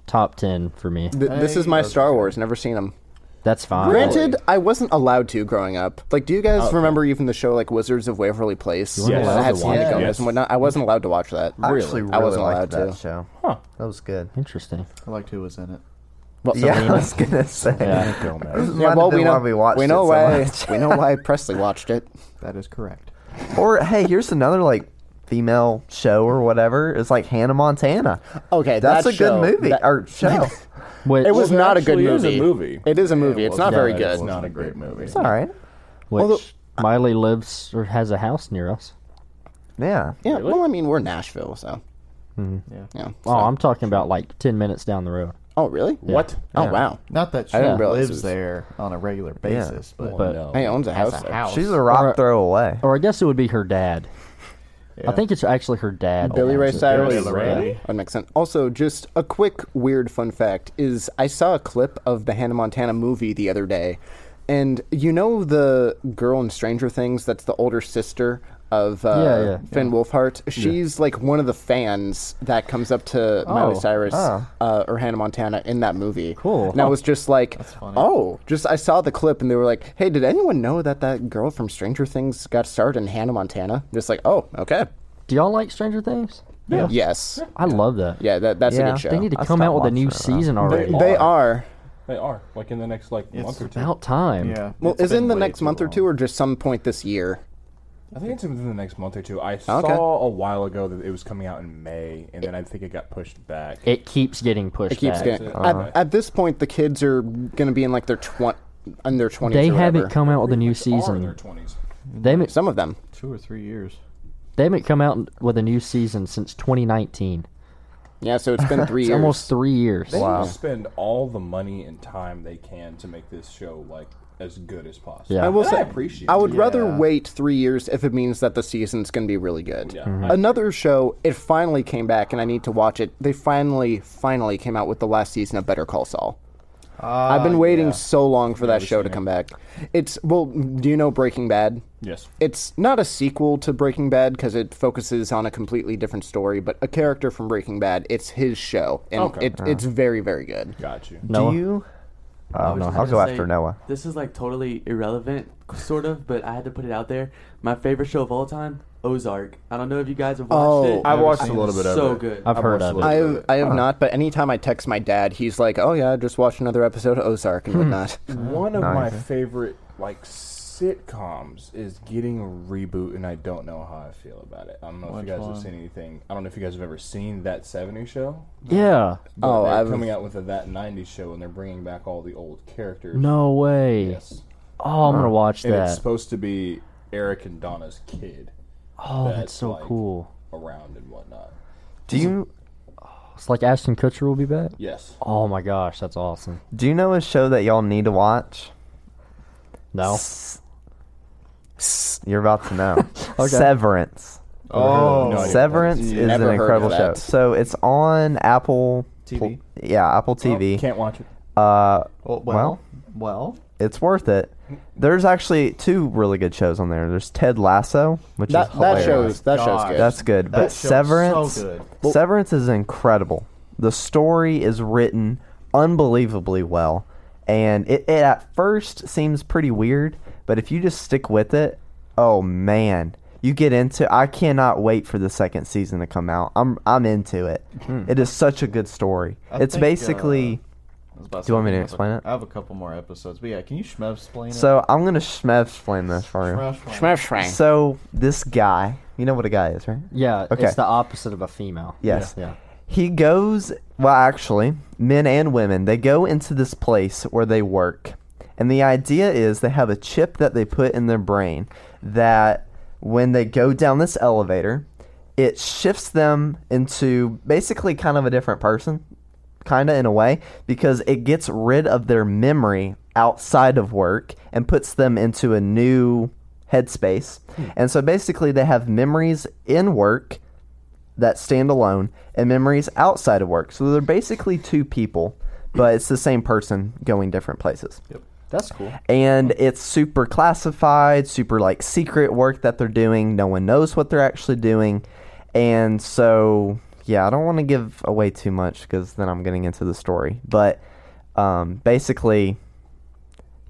Speaker 1: top ten for me.
Speaker 4: Th- this is
Speaker 2: Hey,
Speaker 4: my
Speaker 2: those
Speaker 4: Star Wars. Never seen them.
Speaker 1: That's fine.
Speaker 4: Granted, I Oh, wasn't allowed to growing up. Like, do you guys remember even the show like Wizards of Waverly Place?
Speaker 1: weren't
Speaker 4: Yes.
Speaker 1: allowed
Speaker 4: I had
Speaker 1: to
Speaker 4: Selena
Speaker 1: watch it.
Speaker 4: Gomez
Speaker 3: Yes.
Speaker 4: and whatnot. I wasn't allowed to watch that.
Speaker 5: I actually really
Speaker 4: I wasn't
Speaker 5: liked
Speaker 4: allowed
Speaker 5: that
Speaker 4: to.
Speaker 5: show.
Speaker 3: Huh.
Speaker 5: That was good.
Speaker 1: Interesting.
Speaker 2: I liked who was in it.
Speaker 4: Well,
Speaker 5: yeah, I
Speaker 4: Selena.
Speaker 5: was gonna say.
Speaker 1: Yeah.
Speaker 5: Might have
Speaker 4: well,
Speaker 5: been
Speaker 4: we know
Speaker 5: why we watched
Speaker 4: know
Speaker 5: it so
Speaker 4: why
Speaker 5: much.
Speaker 4: we know why Presley watched it.
Speaker 2: That is correct.
Speaker 5: Or hey, here's another like female show or whatever. It's like Hannah Montana.
Speaker 4: Okay,
Speaker 5: That's
Speaker 4: Oh, that
Speaker 5: a
Speaker 4: show-
Speaker 5: good movie
Speaker 4: that-
Speaker 5: or show.
Speaker 1: Wait,
Speaker 4: It was
Speaker 3: Well,
Speaker 4: not
Speaker 3: it
Speaker 4: a good
Speaker 3: actually is
Speaker 4: movie.
Speaker 3: a movie.
Speaker 4: It is a movie. it's not
Speaker 2: wasn't.
Speaker 4: very
Speaker 2: No, it
Speaker 4: good.
Speaker 3: It's not a great movie.
Speaker 5: it's all right.
Speaker 1: which
Speaker 4: although-
Speaker 1: Miley lives or has a house near us.
Speaker 5: Yeah.
Speaker 4: Yeah. Well, I mean, we're Nashville, so.
Speaker 2: Yeah.
Speaker 4: Yeah.
Speaker 1: Oh, I'm talking about like ten minutes down the road.
Speaker 4: Oh, really?
Speaker 3: What?
Speaker 4: Oh, wow.
Speaker 2: Not that she
Speaker 4: I didn't realize it
Speaker 2: lives
Speaker 4: was-
Speaker 2: there on a regular basis, but,
Speaker 1: But
Speaker 3: no.
Speaker 4: Hey, owns a house.
Speaker 2: has a
Speaker 4: there.
Speaker 2: house.
Speaker 5: She's a rock
Speaker 1: Or-
Speaker 5: throw away.
Speaker 1: or I guess it would be her dad.
Speaker 2: Yeah.
Speaker 1: I think it's actually her dad.
Speaker 4: Billy
Speaker 1: that
Speaker 4: Ray
Speaker 1: owns it.
Speaker 4: Cyrus.
Speaker 2: Billy Ray.
Speaker 4: That makes sense. Also, just a quick weird fun fact is I saw a clip of the Hannah Montana movie the other day, and you know the girl in Stranger Things that's the older sister of uh,
Speaker 1: Yeah, yeah,
Speaker 4: Finn Wolfhard. She's like one of the fans that comes up to Miley Cyrus
Speaker 5: oh.
Speaker 4: uh, or Hannah Montana in that movie.
Speaker 1: Cool.
Speaker 4: And I was just like,
Speaker 2: funny.
Speaker 4: oh, just I saw the clip and they were like, hey, did anyone know that that girl from Stranger Things got starred in Hannah Montana? Just like, oh, okay.
Speaker 1: Do y'all like Stranger Things?
Speaker 4: Yes.
Speaker 1: I love that.
Speaker 4: Yeah, that, that's
Speaker 5: Yeah.
Speaker 4: a good show.
Speaker 1: They need to
Speaker 5: I
Speaker 1: come out
Speaker 5: stopped
Speaker 1: with a new
Speaker 5: watching it, though.
Speaker 1: season already.
Speaker 4: They are.
Speaker 3: They are like in the next like month or two.
Speaker 1: about time.
Speaker 2: yeah.
Speaker 4: Well,
Speaker 2: it's
Speaker 4: is it in
Speaker 2: been
Speaker 4: the
Speaker 2: way
Speaker 4: next
Speaker 2: too
Speaker 4: month or
Speaker 2: long.
Speaker 4: two, or just some point this year?
Speaker 3: I think it's within the next month or two. I saw a while ago that it was coming out in May, and then I think it got pushed back.
Speaker 1: It keeps getting pushed.
Speaker 4: It keeps
Speaker 1: back.
Speaker 4: getting.
Speaker 3: it.
Speaker 2: Uh-huh.
Speaker 4: At, at this point, the kids are going to be in like their twen in their twenties.
Speaker 1: They
Speaker 4: or
Speaker 1: haven't
Speaker 4: whatever.
Speaker 1: come out with a new
Speaker 3: Are in their
Speaker 1: season.
Speaker 3: twenties.
Speaker 1: They haven't
Speaker 4: Some of them.
Speaker 2: Two or three years.
Speaker 1: They haven't come out with a new season since 2019.
Speaker 4: Yeah, so it's been three
Speaker 1: It's
Speaker 4: years.
Speaker 1: almost three years.
Speaker 3: They need to spend all the money and time they can to make this show like as good as possible.
Speaker 1: Yeah. I
Speaker 4: will
Speaker 3: And
Speaker 4: say-
Speaker 3: appreciate.
Speaker 4: I would rather
Speaker 2: Yeah.
Speaker 4: wait three years if it means that the season's going to be really good.
Speaker 1: Mm-hmm.
Speaker 3: Yeah, Mhm. I
Speaker 4: Another show, it finally came back, and I need to watch it. They finally, finally came out with the last season of Better Call Saul. I've
Speaker 2: Ah,
Speaker 4: been waiting so long for that show to come back. It's well, do you know Breaking Bad?
Speaker 3: Yes.
Speaker 4: It's not a sequel to Breaking Bad because it focuses on a completely different story, but a character from Breaking Bad. It's his show, and
Speaker 3: Okay.
Speaker 4: it, it's very, very good.
Speaker 3: Got you.
Speaker 1: Noah?
Speaker 5: Do you Um,
Speaker 6: was just
Speaker 5: I'll
Speaker 6: gonna
Speaker 5: go
Speaker 6: say,
Speaker 5: after Noah.
Speaker 6: This is like totally irrelevant, sort of, but I had to put it out there. My favorite show of all time, Ozark. I don't know if you guys have watched
Speaker 4: Oh.
Speaker 6: it.
Speaker 3: I
Speaker 2: Never
Speaker 3: watched a
Speaker 2: seen
Speaker 3: little
Speaker 6: it.
Speaker 3: bit of
Speaker 6: So
Speaker 3: it.
Speaker 6: good.
Speaker 1: I've heard
Speaker 3: watched a
Speaker 1: of
Speaker 3: little
Speaker 4: I
Speaker 3: bit
Speaker 2: uh,
Speaker 4: have, I have
Speaker 5: uh.
Speaker 4: not, but anytime I text my dad, he's like, "Oh yeah, I just watched another episode of Ozark
Speaker 5: Hmm.
Speaker 4: and whatnot."
Speaker 3: One of my
Speaker 5: Nice.
Speaker 3: favorite like sitcoms is getting a reboot, and I don't know how I feel about it. I don't know
Speaker 2: Which
Speaker 3: if you guys
Speaker 2: one?
Speaker 3: have seen anything. I don't know if you guys have ever seen that '70s show.
Speaker 1: Yeah.
Speaker 3: But
Speaker 4: Oh,
Speaker 3: they're
Speaker 4: I've-
Speaker 3: coming out with a that '90s show, and they're bringing back all the old characters.
Speaker 1: No way.
Speaker 3: Yes.
Speaker 1: Oh, I'm gonna watch
Speaker 3: And it's
Speaker 1: that.
Speaker 3: supposed to be Eric and Donna's kid
Speaker 1: Oh, that's
Speaker 3: that's
Speaker 1: so
Speaker 3: like-
Speaker 1: cool.
Speaker 3: around and whatnot.
Speaker 5: Do you
Speaker 1: It's like Ashton Kutcher will be back.
Speaker 3: Yes.
Speaker 1: Oh my gosh, that's awesome.
Speaker 5: do you know a show that y'all need to watch?
Speaker 1: No.
Speaker 5: You're about to know. Severance.
Speaker 2: Oh,
Speaker 3: No idea what that is.
Speaker 5: Severance is
Speaker 4: Never heard
Speaker 5: an
Speaker 4: of
Speaker 5: incredible show.
Speaker 4: that.
Speaker 5: So it's on Apple
Speaker 2: TV.
Speaker 5: yeah, Apple TV.
Speaker 3: Oh, can't watch it.
Speaker 5: Uh, well,
Speaker 2: Well, well, well,
Speaker 5: it's worth it. There's actually two really good shows on there. There's Ted Lasso, which is
Speaker 4: That that
Speaker 5: hilarious.
Speaker 4: shows that
Speaker 2: God.
Speaker 4: shows good.
Speaker 5: That's good.
Speaker 2: That
Speaker 5: but
Speaker 2: show's so
Speaker 5: Severance,
Speaker 2: good.
Speaker 5: Severance is incredible. The story is written unbelievably well, and it, it at first seems pretty weird, but if you just stick with it, oh man, you get into. I cannot wait for the second season to come out. I'm I'm into it. It is such a good story.
Speaker 2: Hmm. I
Speaker 5: it's
Speaker 2: think, uh,
Speaker 5: basically.
Speaker 2: I was about
Speaker 5: Do you want me to
Speaker 2: say,
Speaker 5: explain it?
Speaker 2: I have a couple more episodes, but yeah, can you shmev explain it?
Speaker 5: so I'm gonna shmev explain this for
Speaker 2: Shmev explain
Speaker 4: Shmash
Speaker 5: you.
Speaker 4: Shrang.
Speaker 5: So this guy, you know what a guy is, right?
Speaker 1: Yeah,
Speaker 5: Okay.
Speaker 1: it's the opposite of a female.
Speaker 5: Yes.
Speaker 1: Yeah.
Speaker 5: He goes, well, actually, men and women, they go into this place where they work. And the idea is they have a chip that they put in their brain that when they go down this elevator, it shifts them into basically kind of a different person, kind of in a way, because it gets rid of their memory outside of work and puts them into a new headspace. And so basically, they have memories in work that stand alone and memories outside of work. So they're basically two people, but it's the same person going different places.
Speaker 1: That's cool.
Speaker 5: And it's super classified, super like secret work that they're doing. No one knows what they're actually doing. And so, yeah, I don't want to give away too much because then I'm getting into the story. But um, basically,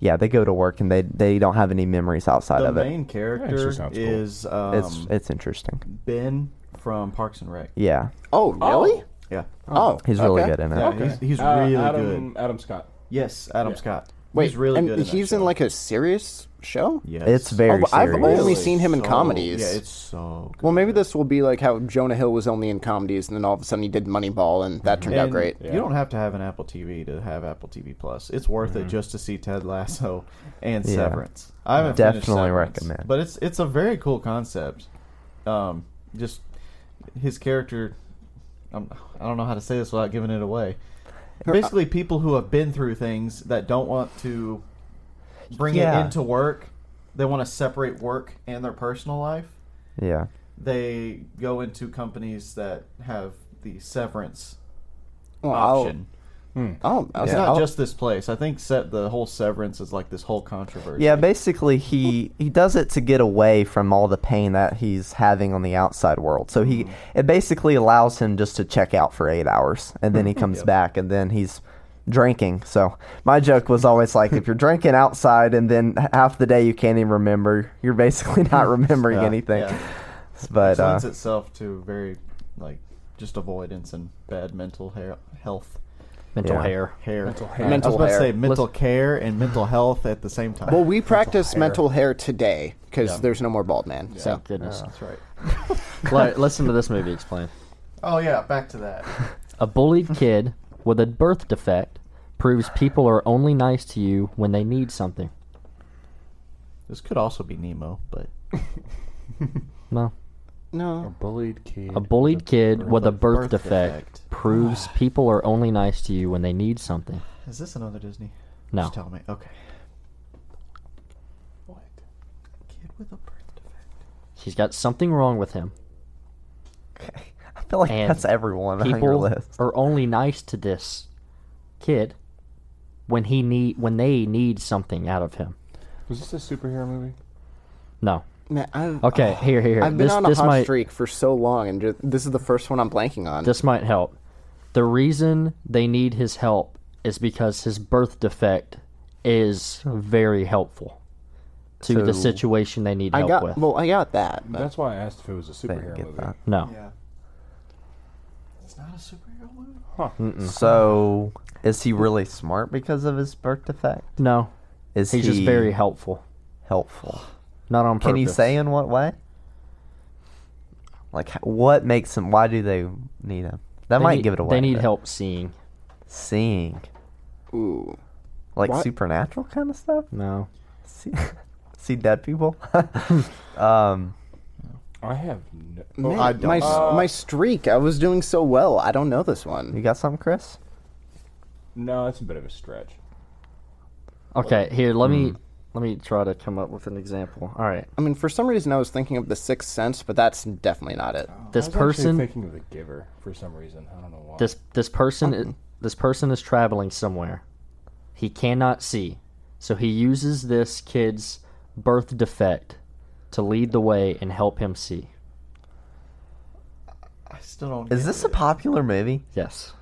Speaker 5: yeah, they go to work and they, they don't have any memories outside
Speaker 2: The
Speaker 5: of it.
Speaker 2: main character
Speaker 3: actually sounds cool.
Speaker 2: is um,
Speaker 5: It's it's interesting.
Speaker 2: Ben from Parks and Rec.
Speaker 5: Yeah,
Speaker 4: Oh really?
Speaker 2: Yeah,
Speaker 4: Oh,
Speaker 5: he's really
Speaker 4: okay.
Speaker 5: good in it.
Speaker 2: Yeah, he's, he's really
Speaker 3: Uh, Adam,
Speaker 2: good.
Speaker 3: Adam Scott.
Speaker 2: Yes, Adam Scott.
Speaker 4: Wait,
Speaker 2: he's really
Speaker 4: and
Speaker 2: good.
Speaker 4: he's
Speaker 2: that
Speaker 4: in
Speaker 2: show.
Speaker 4: like a serious show.
Speaker 2: Yes.
Speaker 5: It's very
Speaker 4: Oh, I've
Speaker 5: serious.
Speaker 4: only seen him in
Speaker 2: so-
Speaker 4: comedies.
Speaker 2: Yeah, it's so. Good.
Speaker 4: Well, maybe this will be like how Jonah Hill was only in comedies, and then all of a sudden he did Moneyball, and that turned out
Speaker 2: And
Speaker 4: great.
Speaker 2: You don't have to have an Apple TV to have Apple TV Plus. It's worth it just to see Ted Lasso and
Speaker 5: Yeah.
Speaker 2: Severance. I haven't finished
Speaker 5: Definitely
Speaker 2: Severance,
Speaker 5: recommend.
Speaker 2: But it's it's a very cool concept. Um, just his character. Um, I don't know how to say this without giving it away.
Speaker 5: uh,
Speaker 2: Basically, people who have been through things that don't want to bring
Speaker 5: Yeah.
Speaker 2: it into work, they want to separate work and their personal life
Speaker 5: Yeah.
Speaker 2: they go into companies that have the severance
Speaker 4: Well, I'll-
Speaker 2: option.
Speaker 4: Oh, I was
Speaker 2: It's not
Speaker 4: I'll-
Speaker 2: just this place. I think set the whole severance is like this whole controversy.
Speaker 5: Yeah, basically he he does it to get away from all the pain that he's having on the outside world. So he
Speaker 2: Mm-hmm.
Speaker 5: it basically allows him just to check out for 8 hours and
Speaker 2: Mm-hmm.
Speaker 5: then he comes back and then he's drinking. So my joke was always like if you're drinking outside and then h- half the day you can't even remember, you're basically not remembering
Speaker 2: Yeah,
Speaker 5: anything.
Speaker 2: yeah.
Speaker 5: But
Speaker 2: it
Speaker 5: uh,
Speaker 2: lends itself to very like just avoidance and bad mental he- health.
Speaker 1: Mental
Speaker 5: Yeah.
Speaker 1: hair.
Speaker 2: Hair. Mental hair.
Speaker 4: Mental
Speaker 2: I was about
Speaker 4: hair.
Speaker 2: to say mental care and mental health at the same time.
Speaker 4: Well, we practice mental hair today because there's no more bald man. So
Speaker 1: Thank goodness.
Speaker 2: That's right.
Speaker 1: Li- listen to this movie explain.
Speaker 2: Oh yeah, back to that.
Speaker 1: A bullied kid with a birth defect proves people are only nice to you when they need something.
Speaker 2: This could also be Nemo, but
Speaker 1: No.
Speaker 4: no,
Speaker 3: Bullied kid.
Speaker 1: A bullied kid with a birth,
Speaker 2: birth
Speaker 1: defect,
Speaker 2: defect.
Speaker 1: proves people are only nice to you when they need something.
Speaker 2: is this another Disney?
Speaker 1: No.
Speaker 2: Just tell me. Okay. What? Kid with a birth defect.
Speaker 1: He's got something wrong with him.
Speaker 5: okay. I feel like
Speaker 1: And
Speaker 5: that's everyone on your
Speaker 1: People
Speaker 5: list.
Speaker 1: are only nice to this kid when he need when they need something out of him.
Speaker 3: Was this a superhero movie?
Speaker 1: No.
Speaker 4: man, I've,
Speaker 1: Okay, here, here, here.
Speaker 4: I've been
Speaker 1: this
Speaker 4: on a
Speaker 1: this
Speaker 4: hot
Speaker 1: might
Speaker 4: streak for so long, and ju- this is the first one I'm blanking on.
Speaker 1: this might help. The reason they need his help is because his birth defect is very helpful to the
Speaker 5: So-
Speaker 1: situation they need
Speaker 4: I
Speaker 1: help
Speaker 4: got
Speaker 1: with.
Speaker 4: well, I got that. but-
Speaker 3: That's why I asked if it was a
Speaker 5: Didn't
Speaker 3: superhero
Speaker 5: get
Speaker 3: movie.
Speaker 5: that.
Speaker 1: no.
Speaker 2: Yeah. It's not a superhero movie. Mm-hmm.
Speaker 5: So, is he really smart because of his birth defect?
Speaker 1: No.
Speaker 5: Is
Speaker 1: He's
Speaker 5: he
Speaker 1: just very helpful.
Speaker 5: helpful?
Speaker 1: Not on purpose.
Speaker 5: Can you say in what way? Like, h- what makes him? Why do they need him? That
Speaker 1: They
Speaker 5: might
Speaker 1: need-
Speaker 5: give it away.
Speaker 1: They need
Speaker 5: but
Speaker 1: help seeing.
Speaker 5: seeing,
Speaker 4: Ooh.
Speaker 5: like
Speaker 4: What?
Speaker 5: supernatural kind of stuff.
Speaker 1: No.
Speaker 5: See, see dead people. um,
Speaker 3: I have no. oh,
Speaker 4: Man,
Speaker 2: I don't
Speaker 4: my
Speaker 2: know.
Speaker 4: my streak. I was doing so well. I don't know this one.
Speaker 5: you got something, Chris?
Speaker 3: No, that's a bit of a stretch.
Speaker 1: Okay, here, let me let me try to come up with an example. All right.
Speaker 4: I mean, for some reason, I was thinking of the Sixth Sense, but that's definitely not it.
Speaker 1: This
Speaker 3: I was actually
Speaker 1: person
Speaker 3: thinking of the giver for some reason. I don't know why.
Speaker 1: this this person i- this person is traveling somewhere. He cannot see. So he uses this kid's birth defect to lead the way and help him see.
Speaker 2: I still don't.
Speaker 5: Is
Speaker 2: get
Speaker 5: this
Speaker 2: it.
Speaker 5: a popular movie?
Speaker 1: Yes.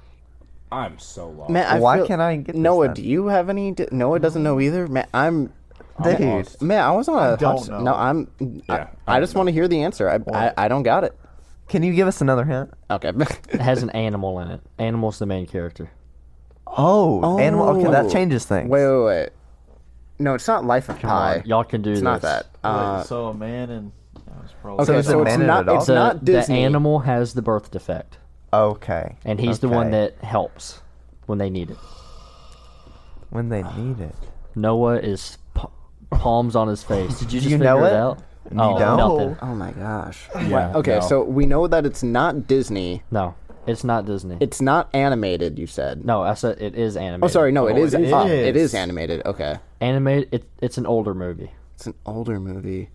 Speaker 3: I'm so lost.
Speaker 4: Man, I
Speaker 5: Why
Speaker 4: feel-
Speaker 5: can't I get this
Speaker 4: Noah?
Speaker 5: then?
Speaker 4: Do you have any? d- Noah doesn't know either. Man, I'm.
Speaker 3: I'm
Speaker 5: dude.
Speaker 3: lost.
Speaker 4: Man, I was on a.
Speaker 2: don't
Speaker 4: hot s-
Speaker 2: know.
Speaker 4: No, I'm.
Speaker 3: Yeah,
Speaker 4: I,
Speaker 3: I
Speaker 4: I
Speaker 3: don't
Speaker 4: just want to hear the answer. I, I I don't got it.
Speaker 5: Can you give us another hint?
Speaker 4: Okay.
Speaker 1: It has an animal in it. Animal's the main character.
Speaker 5: Oh, animal. Okay, that
Speaker 4: Oh.
Speaker 5: changes things.
Speaker 4: Wait, wait, wait. No, it's not Life of
Speaker 1: Come on,
Speaker 4: Pi.
Speaker 1: Y'all can do
Speaker 4: It's
Speaker 1: this.
Speaker 4: not that.
Speaker 2: Wait,
Speaker 4: Uh,
Speaker 2: so a man and. That was probably.
Speaker 4: okay, so
Speaker 5: so
Speaker 4: it's,
Speaker 5: it's a man and
Speaker 4: not.
Speaker 5: a dog?
Speaker 4: It's
Speaker 1: The,
Speaker 4: not
Speaker 1: the
Speaker 4: Disney.
Speaker 1: animal has the birth defect,
Speaker 5: Okay.
Speaker 1: and he's the one
Speaker 5: Okay.
Speaker 1: that helps when they need it.
Speaker 5: when they need it.
Speaker 1: Noah is p- palms on his face. Did you
Speaker 5: Do
Speaker 1: just
Speaker 5: you
Speaker 1: figure
Speaker 5: know
Speaker 1: it?
Speaker 5: it?
Speaker 1: out?
Speaker 5: You
Speaker 1: oh,
Speaker 5: don't?
Speaker 1: nothing.
Speaker 4: Oh my gosh.
Speaker 3: Yeah,
Speaker 4: okay,
Speaker 3: no.
Speaker 4: so we know that it's not Disney.
Speaker 1: No, it's not Disney.
Speaker 4: It's not animated. You said.
Speaker 1: no, I said it is animated.
Speaker 4: Oh, sorry. No, it is.
Speaker 2: it
Speaker 4: uh,
Speaker 2: is.
Speaker 4: it is animated. Okay.
Speaker 1: Animated. It, it's an older movie.
Speaker 4: It's an older movie.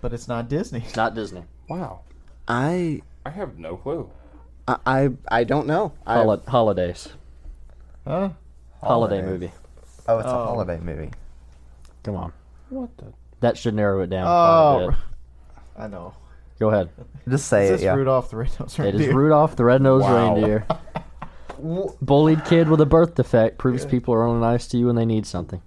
Speaker 2: But it's not Disney.
Speaker 1: It's not Disney.
Speaker 3: wow,
Speaker 4: I
Speaker 3: I have no clue.
Speaker 4: I I, I don't know. I,
Speaker 1: Holi- holidays.
Speaker 2: Huh?
Speaker 1: Holiday
Speaker 5: Holidays.
Speaker 1: movie.
Speaker 5: Oh, it's a
Speaker 2: Oh.
Speaker 5: holiday movie.
Speaker 1: Come on.
Speaker 3: What the?
Speaker 1: That should narrow it down. quite a
Speaker 2: Oh,
Speaker 1: bit.
Speaker 2: I know.
Speaker 1: Go ahead.
Speaker 5: Just say
Speaker 2: Is
Speaker 5: it.
Speaker 2: this
Speaker 5: Yeah.
Speaker 2: Rudolph the Red-Nosed
Speaker 1: It
Speaker 2: Reindeer?
Speaker 1: is Rudolph the Red-Nosed
Speaker 3: Wow.
Speaker 1: Reindeer. Bullied kid with a birth defect proves people are only nice to you when they need something.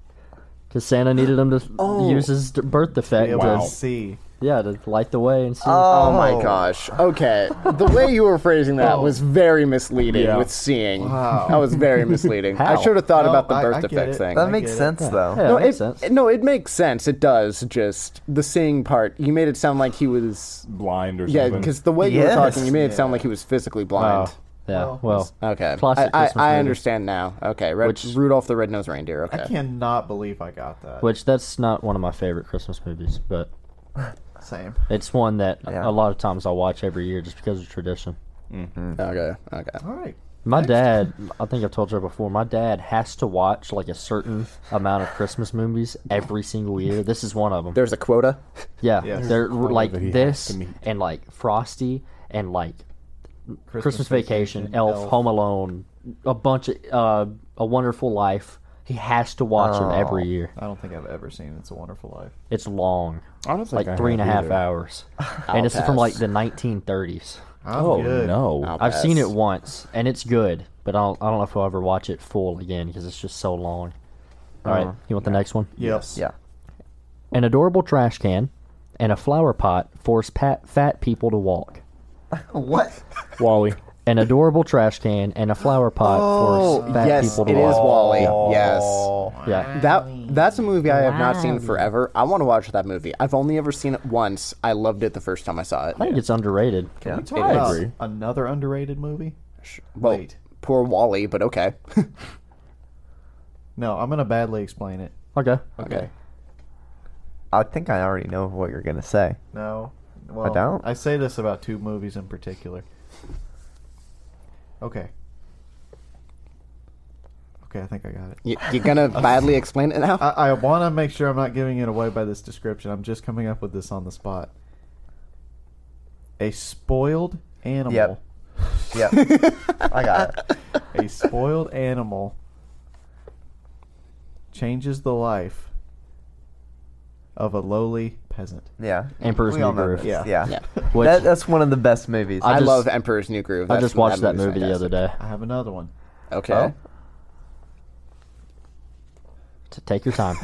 Speaker 1: Because Santa needed him to
Speaker 4: Oh.
Speaker 1: use his d- birth
Speaker 2: Be
Speaker 1: defect
Speaker 2: able
Speaker 3: Wow.
Speaker 2: to
Speaker 1: to,
Speaker 2: see.
Speaker 1: yeah, to light the way and see.
Speaker 4: Oh my gosh. Okay. The way you were phrasing that was very misleading
Speaker 3: Yeah.
Speaker 4: with seeing.
Speaker 2: Oh. Wow.
Speaker 4: That was very misleading. I should have thought
Speaker 2: No,
Speaker 4: about the
Speaker 2: I-
Speaker 4: birth
Speaker 2: I get
Speaker 4: defect
Speaker 2: it.
Speaker 4: thing.
Speaker 5: That
Speaker 2: I
Speaker 5: makes
Speaker 2: get it.
Speaker 5: sense, though.
Speaker 1: yeah,
Speaker 4: no,
Speaker 1: that makes
Speaker 4: it,
Speaker 1: sense.
Speaker 4: no, it makes sense. It does. Just the seeing part. You made it sound like he was.
Speaker 3: Blind or
Speaker 4: Yeah,
Speaker 3: something?
Speaker 4: because the way you
Speaker 5: Yes.
Speaker 4: were talking, you made it sound
Speaker 2: Yeah.
Speaker 4: like he was physically
Speaker 1: Wow.
Speaker 4: blind.
Speaker 1: yeah, well, uh,
Speaker 2: Well,
Speaker 4: Okay.
Speaker 1: Classic
Speaker 4: I,
Speaker 1: Christmas
Speaker 4: I, I
Speaker 1: movie.
Speaker 4: understand now. Okay. Red,
Speaker 1: Which-
Speaker 4: Rudolph the Red-Nosed Reindeer.
Speaker 2: I
Speaker 4: Okay.
Speaker 2: cannot believe I got that.
Speaker 1: which that's not one of my favorite Christmas movies, but
Speaker 2: Same.
Speaker 1: it's one that
Speaker 5: Yeah.
Speaker 1: a lot of times I'll watch every year just because of tradition.
Speaker 4: Okay. Okay.
Speaker 2: All right.
Speaker 1: My dad, I think I've told you before, my dad has to watch like a certain amount of Christmas movies every single year. This is one of them.
Speaker 4: There's a quota.
Speaker 1: yeah,
Speaker 2: Yes.
Speaker 1: they're
Speaker 3: There's a
Speaker 1: like
Speaker 3: that he has
Speaker 1: this
Speaker 3: to meet.
Speaker 1: and like Frosty and like Christmas, Vacation, Elf, Home Alone, a bunch of uh, A Wonderful Life. He has to watch them every year.
Speaker 2: I don't think I've ever seen It's a Wonderful Life.
Speaker 1: It's long,
Speaker 3: I don't think
Speaker 1: like three and a half hours, and it's from
Speaker 4: pass.
Speaker 1: like the 1930s.
Speaker 2: I'm
Speaker 3: Oh
Speaker 2: good.
Speaker 3: no!
Speaker 4: I'll
Speaker 1: I've seen
Speaker 4: pass.
Speaker 1: it once, and it's good, but I don't, I don't know if I'll ever watch it full again because it's just so long. All right, you want the next one?
Speaker 2: Yes.
Speaker 5: Yeah.
Speaker 1: An adorable trash can and a flower pot force pat, fat people to walk.
Speaker 5: What?
Speaker 3: Wally.
Speaker 1: An adorable trash can and a flower pot force fat
Speaker 4: yes,
Speaker 1: people to
Speaker 4: it is
Speaker 1: walk.
Speaker 4: Wally. Yes.
Speaker 5: Oh.
Speaker 1: Yeah,
Speaker 4: That that's a movie I have not seen forever. I want to watch that movie. I've only ever seen it once. I loved it the first time I saw it.
Speaker 1: I think it's underrated.
Speaker 2: Can we talk
Speaker 4: I
Speaker 2: about
Speaker 3: agree.
Speaker 2: another underrated movie?
Speaker 4: Well,
Speaker 2: Wait.
Speaker 4: poor Wally, but okay.
Speaker 2: No, I'm gonna badly explain it.
Speaker 1: Okay.
Speaker 4: okay.
Speaker 5: I think I already know what you're gonna say.
Speaker 2: No. Well,
Speaker 5: don't?
Speaker 2: I say this about two movies in particular. Okay. Okay, I think I got it.
Speaker 4: You, you're gonna badly explain it now.
Speaker 2: I, I want to make sure I'm not giving it away by this description. I'm just coming up with this on the spot. A spoiled animal.
Speaker 5: Yep. Yep. I got it.
Speaker 2: A spoiled animal changes the life of a lowly peasant.
Speaker 5: Yeah.
Speaker 1: Emperor's
Speaker 5: We all
Speaker 1: New
Speaker 5: know
Speaker 1: Groove.
Speaker 5: this.
Speaker 2: Yeah.
Speaker 5: Yeah.
Speaker 4: Yeah.
Speaker 1: Which
Speaker 5: That, that's one of the best movies.
Speaker 1: I
Speaker 4: I,
Speaker 1: just-
Speaker 4: love Emperor's New Groove.
Speaker 1: I
Speaker 4: That's-
Speaker 1: just watched that
Speaker 4: movie's
Speaker 1: movie the other
Speaker 4: fantastic.
Speaker 1: day.
Speaker 2: I have another one.
Speaker 4: Okay.
Speaker 5: Oh.
Speaker 1: T- take your time.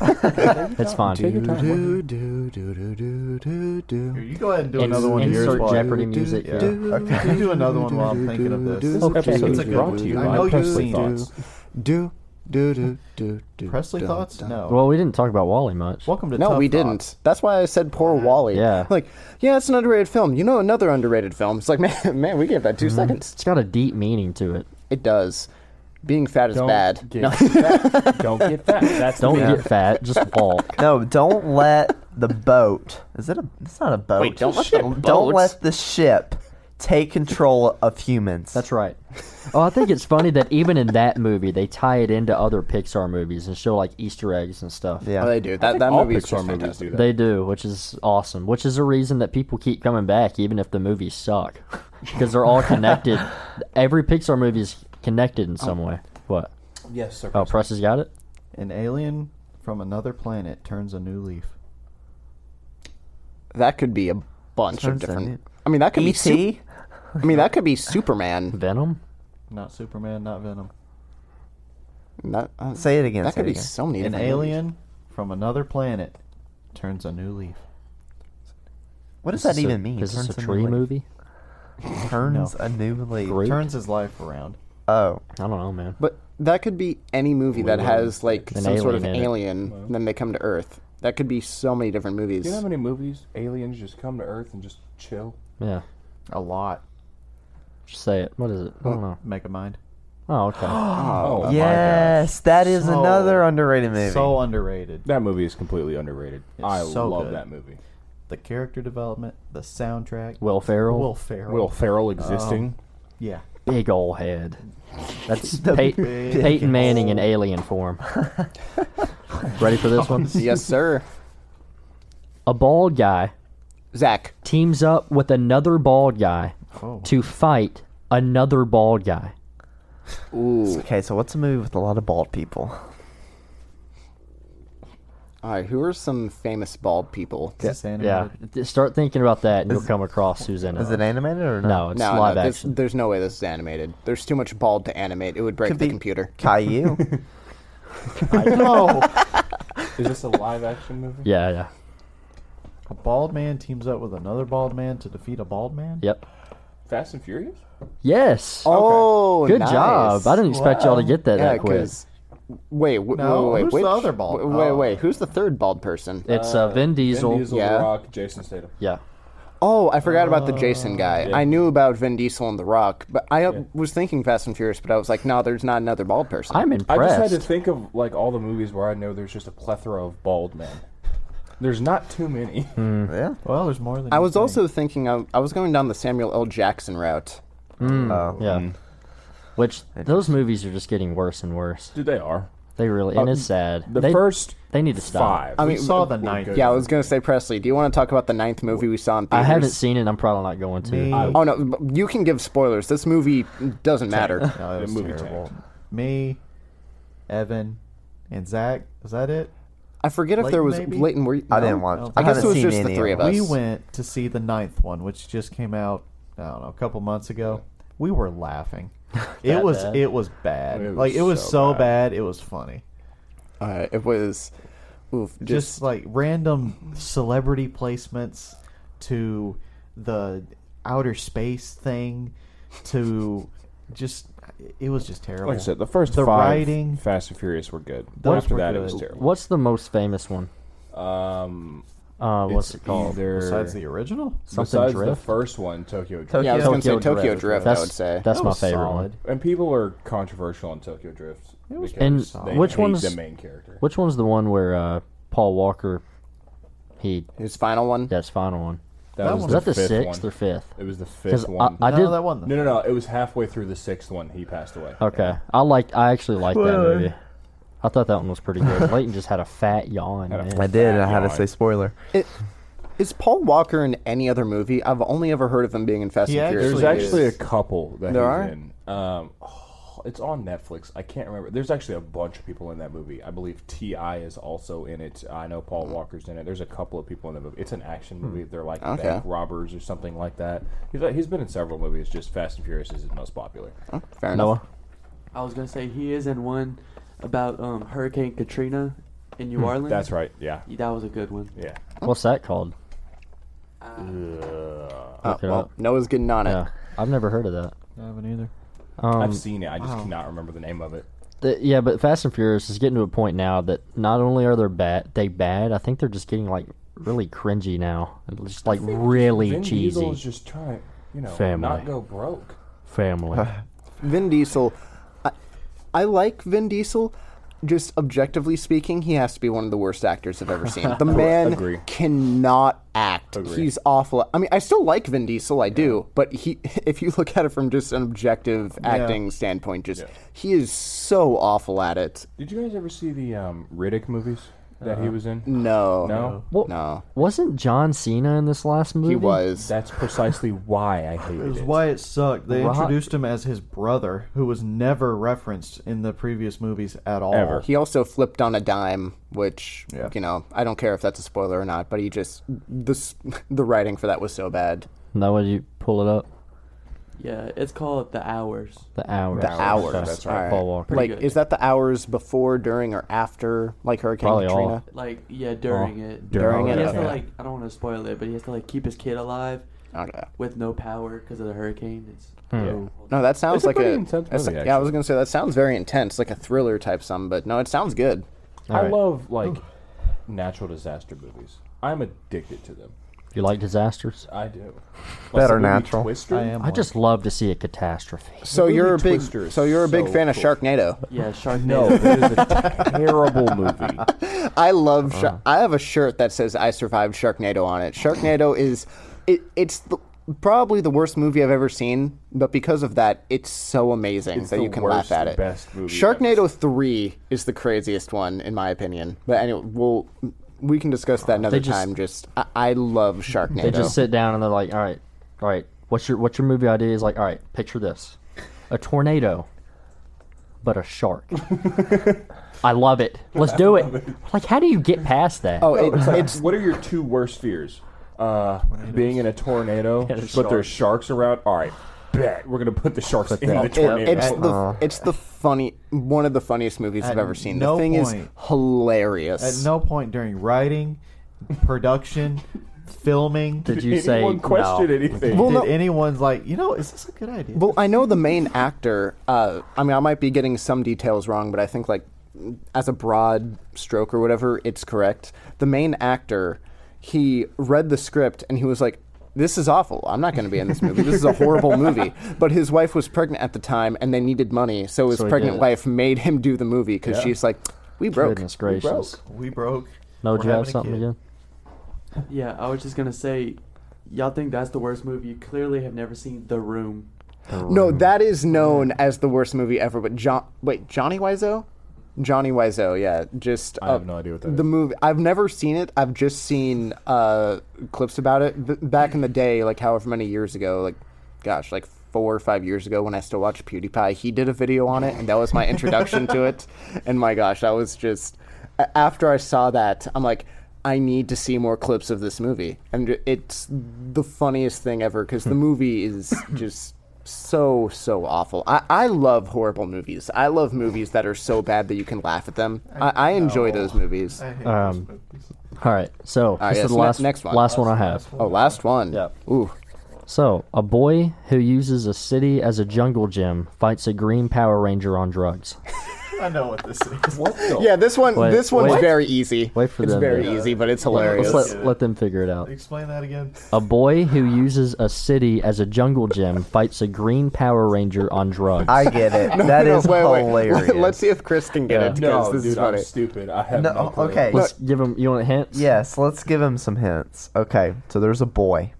Speaker 1: it's fine.
Speaker 4: Do, do, do, do, do, do,
Speaker 2: Here,
Speaker 4: do.
Speaker 2: you go ahead and do
Speaker 1: Ins-
Speaker 2: another one of yours
Speaker 1: insert
Speaker 2: while
Speaker 1: Jeopardy
Speaker 2: you-
Speaker 1: music.
Speaker 2: Yeah.
Speaker 1: here.
Speaker 2: Okay. You do another one while I'm thinking of this.
Speaker 4: This
Speaker 1: Okay.
Speaker 4: episode
Speaker 1: It's a
Speaker 4: is
Speaker 1: good
Speaker 4: brought
Speaker 2: one.
Speaker 4: to you
Speaker 2: I
Speaker 4: by
Speaker 2: know you've
Speaker 4: Presley
Speaker 2: seen
Speaker 4: Thoughts. Do, do, do, do, do,
Speaker 2: Presley
Speaker 4: dun,
Speaker 2: thoughts?
Speaker 4: dun.
Speaker 2: No.
Speaker 1: Well, we didn't talk about Wally much.
Speaker 2: Welcome to
Speaker 4: No,
Speaker 2: Tough
Speaker 4: we didn't.
Speaker 2: Thoughts.
Speaker 4: That's why I said poor Wally.
Speaker 1: Yeah.
Speaker 4: Like, yeah, it's an underrated film. You know another underrated film. It's like, man, man, we gave that 2 seconds.
Speaker 1: It's got a deep meaning to it.
Speaker 4: It does. Being fat is
Speaker 3: Don't
Speaker 4: bad.
Speaker 3: Get
Speaker 4: No.
Speaker 3: fat. Don't get fat. That's
Speaker 1: Don't
Speaker 3: the
Speaker 1: get fat, just walk.
Speaker 5: No, don't let the boat. Is it a? It's not a boat.
Speaker 4: Wait, don't let the
Speaker 5: don't,
Speaker 4: boat-
Speaker 5: let the ship take control of humans.
Speaker 1: That's right. Oh, I think it's funny that even in that movie, they tie it into other Pixar movies and show like Easter eggs and stuff.
Speaker 5: yeah.
Speaker 4: Oh, they do. That, that
Speaker 3: all
Speaker 4: movie is
Speaker 3: Pixar
Speaker 4: just
Speaker 3: movies
Speaker 4: fantastic.
Speaker 3: do that.
Speaker 1: They do, which is awesome. Which is a reason that people keep coming back, even if the movies suck, because they're all connected. Every Pixar movie is connected in
Speaker 5: Oh.
Speaker 1: some way. What?
Speaker 3: yes, sir.
Speaker 1: Oh, Press has got it.
Speaker 2: An alien from another planet turns a new leaf.
Speaker 4: That could be a bunch of
Speaker 5: Sounds
Speaker 4: different.
Speaker 5: like
Speaker 4: I mean, that
Speaker 1: E
Speaker 4: could be. Su-
Speaker 5: E.T.?
Speaker 4: I mean, that could be Superman.
Speaker 1: Venom.
Speaker 2: Not Superman, not Venom.
Speaker 4: That, uh,
Speaker 5: Say it again.
Speaker 4: That
Speaker 5: say
Speaker 4: could
Speaker 5: it
Speaker 4: be
Speaker 5: again.
Speaker 4: so many.
Speaker 2: An
Speaker 4: different movies.
Speaker 2: alien from another planet turns a new leaf.
Speaker 5: What does
Speaker 1: Is
Speaker 5: that
Speaker 1: this a-
Speaker 5: even mean?
Speaker 1: Is this
Speaker 5: Turns
Speaker 1: a
Speaker 5: new
Speaker 1: tree
Speaker 5: leaf.
Speaker 1: movie?
Speaker 5: Turns a new leaf.
Speaker 1: Groot?
Speaker 2: Turns his life around.
Speaker 5: Oh,
Speaker 1: I don't know, man.
Speaker 4: But that could be any movie that has like
Speaker 1: An
Speaker 4: some sort of
Speaker 1: alien in it.
Speaker 4: alien, and then they come to Earth. That could be so many different movies.
Speaker 3: Do you know how many movies aliens just come to Earth and just chill?
Speaker 1: Yeah.
Speaker 2: A lot.
Speaker 1: Just say it. What is it? I don't know.
Speaker 2: Make a mind.
Speaker 1: Oh, okay.
Speaker 3: Oh, my gosh.
Speaker 5: yes, that is
Speaker 2: So-
Speaker 5: another underrated movie.
Speaker 2: So underrated.
Speaker 3: That movie is completely underrated.
Speaker 2: It's
Speaker 3: I
Speaker 2: so
Speaker 3: love
Speaker 2: good.
Speaker 3: that movie.
Speaker 2: The character development, the soundtrack.
Speaker 1: Will Ferrell.
Speaker 2: Will Ferrell.
Speaker 3: Will Ferrell existing?
Speaker 2: Yeah.
Speaker 1: Big ol' head. That's
Speaker 5: The
Speaker 1: Pey-
Speaker 2: big
Speaker 1: Peyton Manning in alien form. Ready for this one?
Speaker 4: yes, sir.
Speaker 1: A bald guy
Speaker 4: Zach.
Speaker 1: teams up with another bald guy
Speaker 2: Oh.
Speaker 1: to fight another bald guy.
Speaker 4: Ooh.
Speaker 5: okay, so what's a movie with a lot of bald people?
Speaker 4: All right. Who are some famous bald people?
Speaker 2: Is this
Speaker 1: Yeah.
Speaker 2: animated?
Speaker 1: Th- Start thinking about that and you'll come across who's in it.
Speaker 5: Is it animated or not?
Speaker 1: no, it's
Speaker 4: No,
Speaker 1: live
Speaker 4: no this,
Speaker 1: action.
Speaker 4: there's no way this is animated. There's too much bald to animate. It would break
Speaker 5: Could
Speaker 4: the
Speaker 5: be-
Speaker 4: computer.
Speaker 5: Caillou.
Speaker 2: No.
Speaker 3: Um, Is this a live action movie?
Speaker 1: Yeah, yeah.
Speaker 2: a bald man teams up with another bald man to defeat a bald man?
Speaker 1: Yep.
Speaker 3: Fast and Furious?
Speaker 1: Yes.
Speaker 4: Oh,
Speaker 1: Good
Speaker 4: nice.
Speaker 1: job. I didn't expect y'all to
Speaker 2: Wow.
Speaker 1: get that
Speaker 4: Yeah,
Speaker 1: that quick.
Speaker 4: 'cause- Wait, w-
Speaker 2: No,
Speaker 4: wait, wait,
Speaker 2: who's the
Speaker 4: which-
Speaker 2: other bald-
Speaker 4: w- Wait,
Speaker 2: oh.
Speaker 4: wait, who's the third bald person?
Speaker 1: It's uh, Vin Diesel.
Speaker 3: Vin Diesel,
Speaker 4: Yeah.
Speaker 3: The Rock, Jason Statham.
Speaker 1: Yeah.
Speaker 4: Oh, I forgot about the Jason guy. I knew about Vin Diesel and The Rock, but I uh, was thinking Fast and Furious, but I was like, no, there's not another bald person.
Speaker 1: I'm
Speaker 3: I
Speaker 1: impressed.
Speaker 3: just had to think of like all the movies where I know there's just a plethora of bald men. There's not too many.
Speaker 1: Hmm.
Speaker 5: yeah.
Speaker 2: Well, there's more than
Speaker 4: I
Speaker 2: you
Speaker 4: was
Speaker 2: think.
Speaker 4: also thinking I, I was going down the Samuel L. Jackson route. Hmm.
Speaker 5: Oh.
Speaker 1: Yeah. Which those movies are just getting worse and worse.
Speaker 3: Dude, they are.
Speaker 1: They really and it's sad.
Speaker 3: Uh, The
Speaker 1: they,
Speaker 3: first
Speaker 1: they need to stop.
Speaker 3: five.
Speaker 4: I
Speaker 2: We
Speaker 4: mean,
Speaker 2: saw the
Speaker 3: we're
Speaker 2: ninth.
Speaker 3: good.
Speaker 4: Yeah, I was going to say Presley. Do you want to talk about the ninth movie we saw in
Speaker 1: I
Speaker 4: theaters?
Speaker 1: haven't seen it. I'm probably not going to.
Speaker 2: Me.
Speaker 4: Oh no, b- you can give spoilers. This movie doesn't matter.
Speaker 2: No, it
Speaker 3: The
Speaker 2: Oh, was
Speaker 3: movie
Speaker 2: terrible. Me, Evan, and Zach. Was that it?
Speaker 4: I forget if there
Speaker 2: Leighton,
Speaker 4: was
Speaker 2: maybe?
Speaker 4: Leighton. Were you,
Speaker 5: I
Speaker 4: no?
Speaker 5: didn't watch.
Speaker 2: no.
Speaker 5: I,
Speaker 4: I guess
Speaker 5: haven't
Speaker 4: it was
Speaker 5: seen
Speaker 4: just
Speaker 5: any
Speaker 4: the three
Speaker 5: of
Speaker 4: of
Speaker 5: them.
Speaker 2: We
Speaker 4: us.
Speaker 2: went to see the ninth one, which just came out. I don't know, a couple months ago. We were laughing. it
Speaker 1: That
Speaker 2: was
Speaker 1: bad?
Speaker 2: it was bad.
Speaker 3: It was
Speaker 2: like it was
Speaker 3: so
Speaker 2: so
Speaker 3: bad.
Speaker 2: bad. It was funny.
Speaker 4: Uh, it was, oof,
Speaker 2: Just,
Speaker 4: just,
Speaker 2: like random celebrity placements to the outer space thing to just it was just terrible.
Speaker 3: Like I said, the first
Speaker 2: The
Speaker 3: five
Speaker 2: writing-
Speaker 3: Fast and Furious were good.
Speaker 2: Those
Speaker 3: After
Speaker 2: were
Speaker 3: that, it
Speaker 2: good.
Speaker 3: was terrible.
Speaker 1: What's the most famous one?
Speaker 3: Um,
Speaker 1: Uh, what's
Speaker 3: it's
Speaker 1: it called?
Speaker 3: either-
Speaker 2: Besides the original,
Speaker 1: Something
Speaker 3: besides the
Speaker 1: Drift?
Speaker 3: first one, Tokyo. Drift.
Speaker 5: Tokyo-
Speaker 4: yeah, I was going to say
Speaker 1: Tokyo
Speaker 4: Tokyo
Speaker 5: Drift.
Speaker 4: Drift.
Speaker 1: That's
Speaker 4: I would say
Speaker 1: that's
Speaker 2: That
Speaker 1: my
Speaker 2: was
Speaker 1: favorite
Speaker 2: solid.
Speaker 1: one.
Speaker 3: And people are controversial on Tokyo Drift.
Speaker 2: It was
Speaker 1: And
Speaker 3: because they
Speaker 1: which
Speaker 3: hate
Speaker 1: one's-
Speaker 3: the main character?
Speaker 1: Which one's the one where uh, Paul Walker? He
Speaker 4: his final one.
Speaker 1: that's final one.
Speaker 2: that
Speaker 1: Was
Speaker 2: one-
Speaker 1: that the
Speaker 3: fifth
Speaker 1: sixth
Speaker 3: one.
Speaker 1: or fifth?
Speaker 3: It was the
Speaker 1: Because
Speaker 3: fifth
Speaker 1: I,
Speaker 3: one.
Speaker 1: I
Speaker 2: no,
Speaker 1: did.
Speaker 2: that one.
Speaker 3: no, no, no. It was halfway through the sixth one. He passed away.
Speaker 1: Okay, I liked. I actually liked that
Speaker 5: Spoiler.
Speaker 1: movie. I thought that one was pretty good. Leighton just had a fat yawn.
Speaker 3: Had a
Speaker 1: man.
Speaker 5: I did. and I had to
Speaker 3: God.
Speaker 5: say spoiler.
Speaker 4: It, is Paul Walker in any other movie? I've only ever heard of him being in Fast
Speaker 2: He
Speaker 4: and Furious.
Speaker 3: There's
Speaker 2: Actually,
Speaker 3: actually
Speaker 2: is.
Speaker 3: a couple that he's
Speaker 4: There are?
Speaker 3: in. Um, oh, it's on Netflix. I can't remember. There's actually a bunch of people in that movie. I believe T.I. is also in it. I know Paul
Speaker 4: Mm.
Speaker 3: Walker's in it. There's a couple of people in the movie. It's an action movie. They're like
Speaker 4: Okay.
Speaker 3: bank robbers or something like that. He's, uh, he's been in several movies. Just Fast and Furious is his most popular.
Speaker 4: Fair enough.
Speaker 1: Noah.
Speaker 6: I was gonna say he is in one about um, Hurricane Katrina in New Orleans.
Speaker 3: Hmm. That's right. Yeah.
Speaker 6: That was a good one.
Speaker 3: Yeah.
Speaker 1: What's that called?
Speaker 3: Ugh.
Speaker 4: Oh,
Speaker 1: Look it
Speaker 4: well,
Speaker 1: up.
Speaker 4: Noah's getting on it.
Speaker 1: Yeah, I've never heard of that.
Speaker 2: I haven't either.
Speaker 1: Um,
Speaker 3: I've seen it. I just
Speaker 2: wow.
Speaker 3: cannot remember the name of it.
Speaker 1: th- yeah, but Fast and Furious is getting to a point now that not only are they bad, they bad. I think they're just getting like really cringy now, And just like really
Speaker 3: Vin
Speaker 1: cheesy.
Speaker 3: Diesel is just trying, you know,
Speaker 1: Family.
Speaker 3: not go broke.
Speaker 1: Family.
Speaker 4: Uh, Vin Diesel, I, I like Vin Diesel. Just objectively speaking, he has to be one of the worst actors I've ever seen. The man
Speaker 3: Agree.
Speaker 4: cannot act.
Speaker 3: Agree.
Speaker 4: He's awful. I mean, I still like Vin Diesel, I do, but he if you look at it from just an objective acting standpoint, just he is so awful at it.
Speaker 3: Did you guys ever see the um, Riddick movies that he was in?
Speaker 4: No.
Speaker 3: No?
Speaker 1: Well,
Speaker 4: No.
Speaker 1: Wasn't John Cena in this last movie?
Speaker 4: He was.
Speaker 3: That's precisely why I hated
Speaker 2: It was
Speaker 3: it.
Speaker 2: why it sucked. They
Speaker 1: Right.
Speaker 2: introduced him as his brother, who was never referenced in the previous movies at all.
Speaker 3: Ever.
Speaker 4: He also flipped on a dime, which
Speaker 2: Yeah.
Speaker 4: you know, I don't care if that's a spoiler or not, but he just this the writing for that was so bad.
Speaker 1: That way you pull it up.
Speaker 6: Yeah, it's called The Hours.
Speaker 1: The hours.
Speaker 4: The hours.
Speaker 1: Okay.
Speaker 4: That's right.
Speaker 1: Paul Walker.
Speaker 4: like,
Speaker 6: good.
Speaker 4: is that the hours before, during, or after, like Hurricane
Speaker 1: Probably all.
Speaker 4: Katrina?
Speaker 6: Like, yeah, during it.
Speaker 4: Oh, during
Speaker 6: He
Speaker 4: it,
Speaker 6: has to,
Speaker 4: okay.
Speaker 6: like, I don't want to spoil it, but he has to, like, keep his kid alive
Speaker 4: Okay.
Speaker 6: with no power because of the hurricane. It's
Speaker 4: Hmm. No, that sounds
Speaker 3: It's a
Speaker 4: like
Speaker 3: pretty
Speaker 4: a.
Speaker 3: intense
Speaker 4: that's-
Speaker 3: movie,
Speaker 4: yeah, I
Speaker 3: actually.
Speaker 4: was gonna say that sounds very intense, like a thriller type. Some, but no, it sounds good.
Speaker 3: I
Speaker 1: Alright.
Speaker 3: love like natural disaster movies. I'm addicted to them.
Speaker 1: You like disasters?
Speaker 3: I do. Like
Speaker 5: Better
Speaker 3: the movie
Speaker 5: natural.
Speaker 3: Twister.
Speaker 2: I am.
Speaker 1: I just love to see a catastrophe.
Speaker 4: So
Speaker 3: movie
Speaker 4: you're a big,
Speaker 3: Twister is
Speaker 4: so you're a big
Speaker 3: so
Speaker 4: fan of
Speaker 3: cool.
Speaker 4: Sharknado.
Speaker 6: Yeah, Sharknado.
Speaker 3: No, it is a terrible movie.
Speaker 4: I love. Shar I have a shirt that says "I survived Sharknado" on it. Sharknado is, it, it's the, probably the worst movie I've ever seen, but because of that, it's so amazing
Speaker 3: It's
Speaker 4: that
Speaker 3: the
Speaker 4: you can
Speaker 3: worst,
Speaker 4: laugh at it.
Speaker 3: best movie
Speaker 4: Sharknado three is the craziest one in my opinion. But anyway, we'll we can discuss that another
Speaker 1: just-
Speaker 4: time. Just I, I love Sharknado.
Speaker 1: They just sit down and they're like, "All right, all right, what's your what's your movie idea?" Is like, "All right, picture this: a tornado, but a shark." I love it. Let's do it. Like, how do you get past that?
Speaker 4: oh, it, it's
Speaker 3: What are your two worst fears? Uh, being in a tornado,
Speaker 1: And a
Speaker 3: but there's sharks around. All right, bet we're gonna put the sharks in the
Speaker 1: that-
Speaker 4: It-
Speaker 3: tornado.
Speaker 4: it's the it's the funny one of the funniest movies I've
Speaker 2: At
Speaker 4: ever seen.
Speaker 2: no
Speaker 4: the thing
Speaker 2: point-
Speaker 4: is hilarious.
Speaker 2: At no point during writing, production, filming,
Speaker 1: Did
Speaker 2: did,
Speaker 1: you say
Speaker 3: Anyone question
Speaker 1: no?
Speaker 3: anything?
Speaker 4: Well, no.
Speaker 2: anyone's like, you know, is this a good idea?
Speaker 4: well, I know the main actor. Uh, I mean, I might be getting some details wrong, but I think like as a broad stroke or whatever, it's correct. The main actor, he read the script and he was like. This is awful. I'm not going to be in this movie. This is a horrible movie. But his wife was pregnant at the time, and they needed money, so his
Speaker 1: So he
Speaker 4: pregnant
Speaker 1: did it.
Speaker 4: wife made him do the movie because
Speaker 3: Yeah.
Speaker 4: she's like, "We broke."
Speaker 1: Goodness gracious!
Speaker 2: we broke.
Speaker 1: No,
Speaker 2: We're
Speaker 1: do you have
Speaker 2: having a
Speaker 1: something
Speaker 2: kid.
Speaker 1: again?
Speaker 6: Yeah, I was just gonna say, y'all think that's the worst movie? You clearly have never seen The Room.
Speaker 4: No, that is known as the worst movie ever. But John, wait, Johnny Wiseau, Johnny Wiseau, yeah, just
Speaker 3: I have no idea what that
Speaker 4: the
Speaker 3: is.
Speaker 4: movie. I've never seen it. I've just seen uh, clips about it B- back in the day, like however many years ago, like gosh, like four or five years ago when I still watched PewDiePie. He did a video on it, and that was my introduction to it. And my gosh, I was just a- after I saw that, I'm like. I need to see more clips of this movie, and it's the funniest thing ever because the movie is just so so awful. I, I love horrible movies. I love movies that are so bad that you can laugh at them. I, I enjoy those movies.
Speaker 2: I hate
Speaker 3: Uh,
Speaker 1: Um,
Speaker 2: those movies.
Speaker 1: All right, so
Speaker 4: right,
Speaker 1: this
Speaker 4: yes,
Speaker 1: is the
Speaker 4: ne-
Speaker 1: last
Speaker 4: next one.
Speaker 1: last one I have.
Speaker 4: oh, last one.
Speaker 1: Yeah.
Speaker 4: Ooh.
Speaker 1: So, a boy who uses a city as a jungle gym fights a green Power Ranger on drugs.
Speaker 2: I know what this is.
Speaker 3: What the?
Speaker 4: Yeah, this one.
Speaker 1: Wait,
Speaker 4: this one's
Speaker 1: wait.
Speaker 4: very easy.
Speaker 1: Wait for
Speaker 4: it's
Speaker 1: them
Speaker 4: very
Speaker 1: to-
Speaker 4: easy, but
Speaker 1: Let's
Speaker 4: it's hilarious.
Speaker 1: let, let them figure it out.
Speaker 2: Explain that again.
Speaker 1: A boy who uses a city as a jungle gym fights a green Power Ranger on drugs.
Speaker 5: I get it. That
Speaker 4: No,
Speaker 5: is
Speaker 4: wait, wait.
Speaker 5: hilarious.
Speaker 4: Let's see if Chris can get it because
Speaker 3: No,
Speaker 4: this
Speaker 3: dude,
Speaker 4: is
Speaker 3: I'm
Speaker 4: funny.
Speaker 3: stupid. I have no,
Speaker 5: No,
Speaker 3: clue.
Speaker 5: okay.
Speaker 1: Let's give him. You want hints?
Speaker 5: Yes, let's give him some hints. Okay, so there's a boy.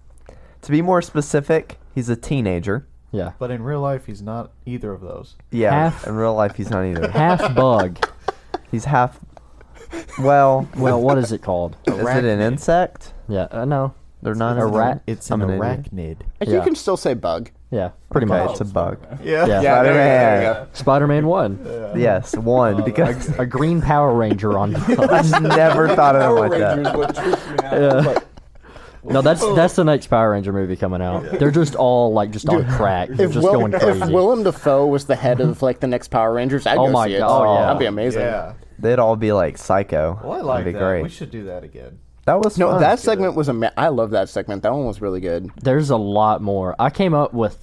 Speaker 5: To be more specific, he's a teenager.
Speaker 1: Yeah.
Speaker 2: But in real life, he's not either of those.
Speaker 5: Yeah,
Speaker 1: Half-
Speaker 5: in real life, he's not either.
Speaker 1: Half bug.
Speaker 5: He's half. Well,
Speaker 1: Well, what is it called?
Speaker 5: is it an insect?
Speaker 1: Yeah. Uh, no.
Speaker 5: They're not
Speaker 1: a rat.
Speaker 2: It's
Speaker 5: I'm
Speaker 2: an
Speaker 5: an idiot.
Speaker 2: arachnid.
Speaker 4: You
Speaker 1: Yeah.
Speaker 4: can still say bug.
Speaker 1: Yeah. Pretty
Speaker 5: Okay,
Speaker 1: much.
Speaker 5: it's a bug.
Speaker 2: Yeah.
Speaker 1: Yeah.
Speaker 4: Yeah, there we go, there we
Speaker 5: Spider-Man.
Speaker 1: Spider-Man
Speaker 4: go.
Speaker 1: One.
Speaker 5: Yes,
Speaker 4: Uh,
Speaker 5: one because
Speaker 1: A green Power Ranger on drugs.
Speaker 5: I've never thought of it like
Speaker 3: Rangers,
Speaker 5: that.
Speaker 3: what tripped me out.
Speaker 1: Yeah.
Speaker 3: I'm like,
Speaker 1: No, that's that's the next Power Ranger movie coming out. They're just all like just on crack,
Speaker 4: If,
Speaker 1: just
Speaker 4: Will-
Speaker 1: going
Speaker 4: if
Speaker 1: crazy.
Speaker 4: Willem Dafoe was the head of like the next Power Rangers, I'd
Speaker 1: Oh
Speaker 4: go
Speaker 1: my
Speaker 4: see it.
Speaker 1: God.
Speaker 4: that'd be amazing.
Speaker 2: Yeah.
Speaker 5: They'd all be like psycho.
Speaker 2: Well, I
Speaker 5: That'd
Speaker 2: like
Speaker 5: be
Speaker 2: that.
Speaker 5: Great.
Speaker 2: We should do that again.
Speaker 5: That was
Speaker 4: No,
Speaker 5: fun.
Speaker 4: that segment was ama- I love that segment. That one was really good.
Speaker 1: There's a lot more. I came up with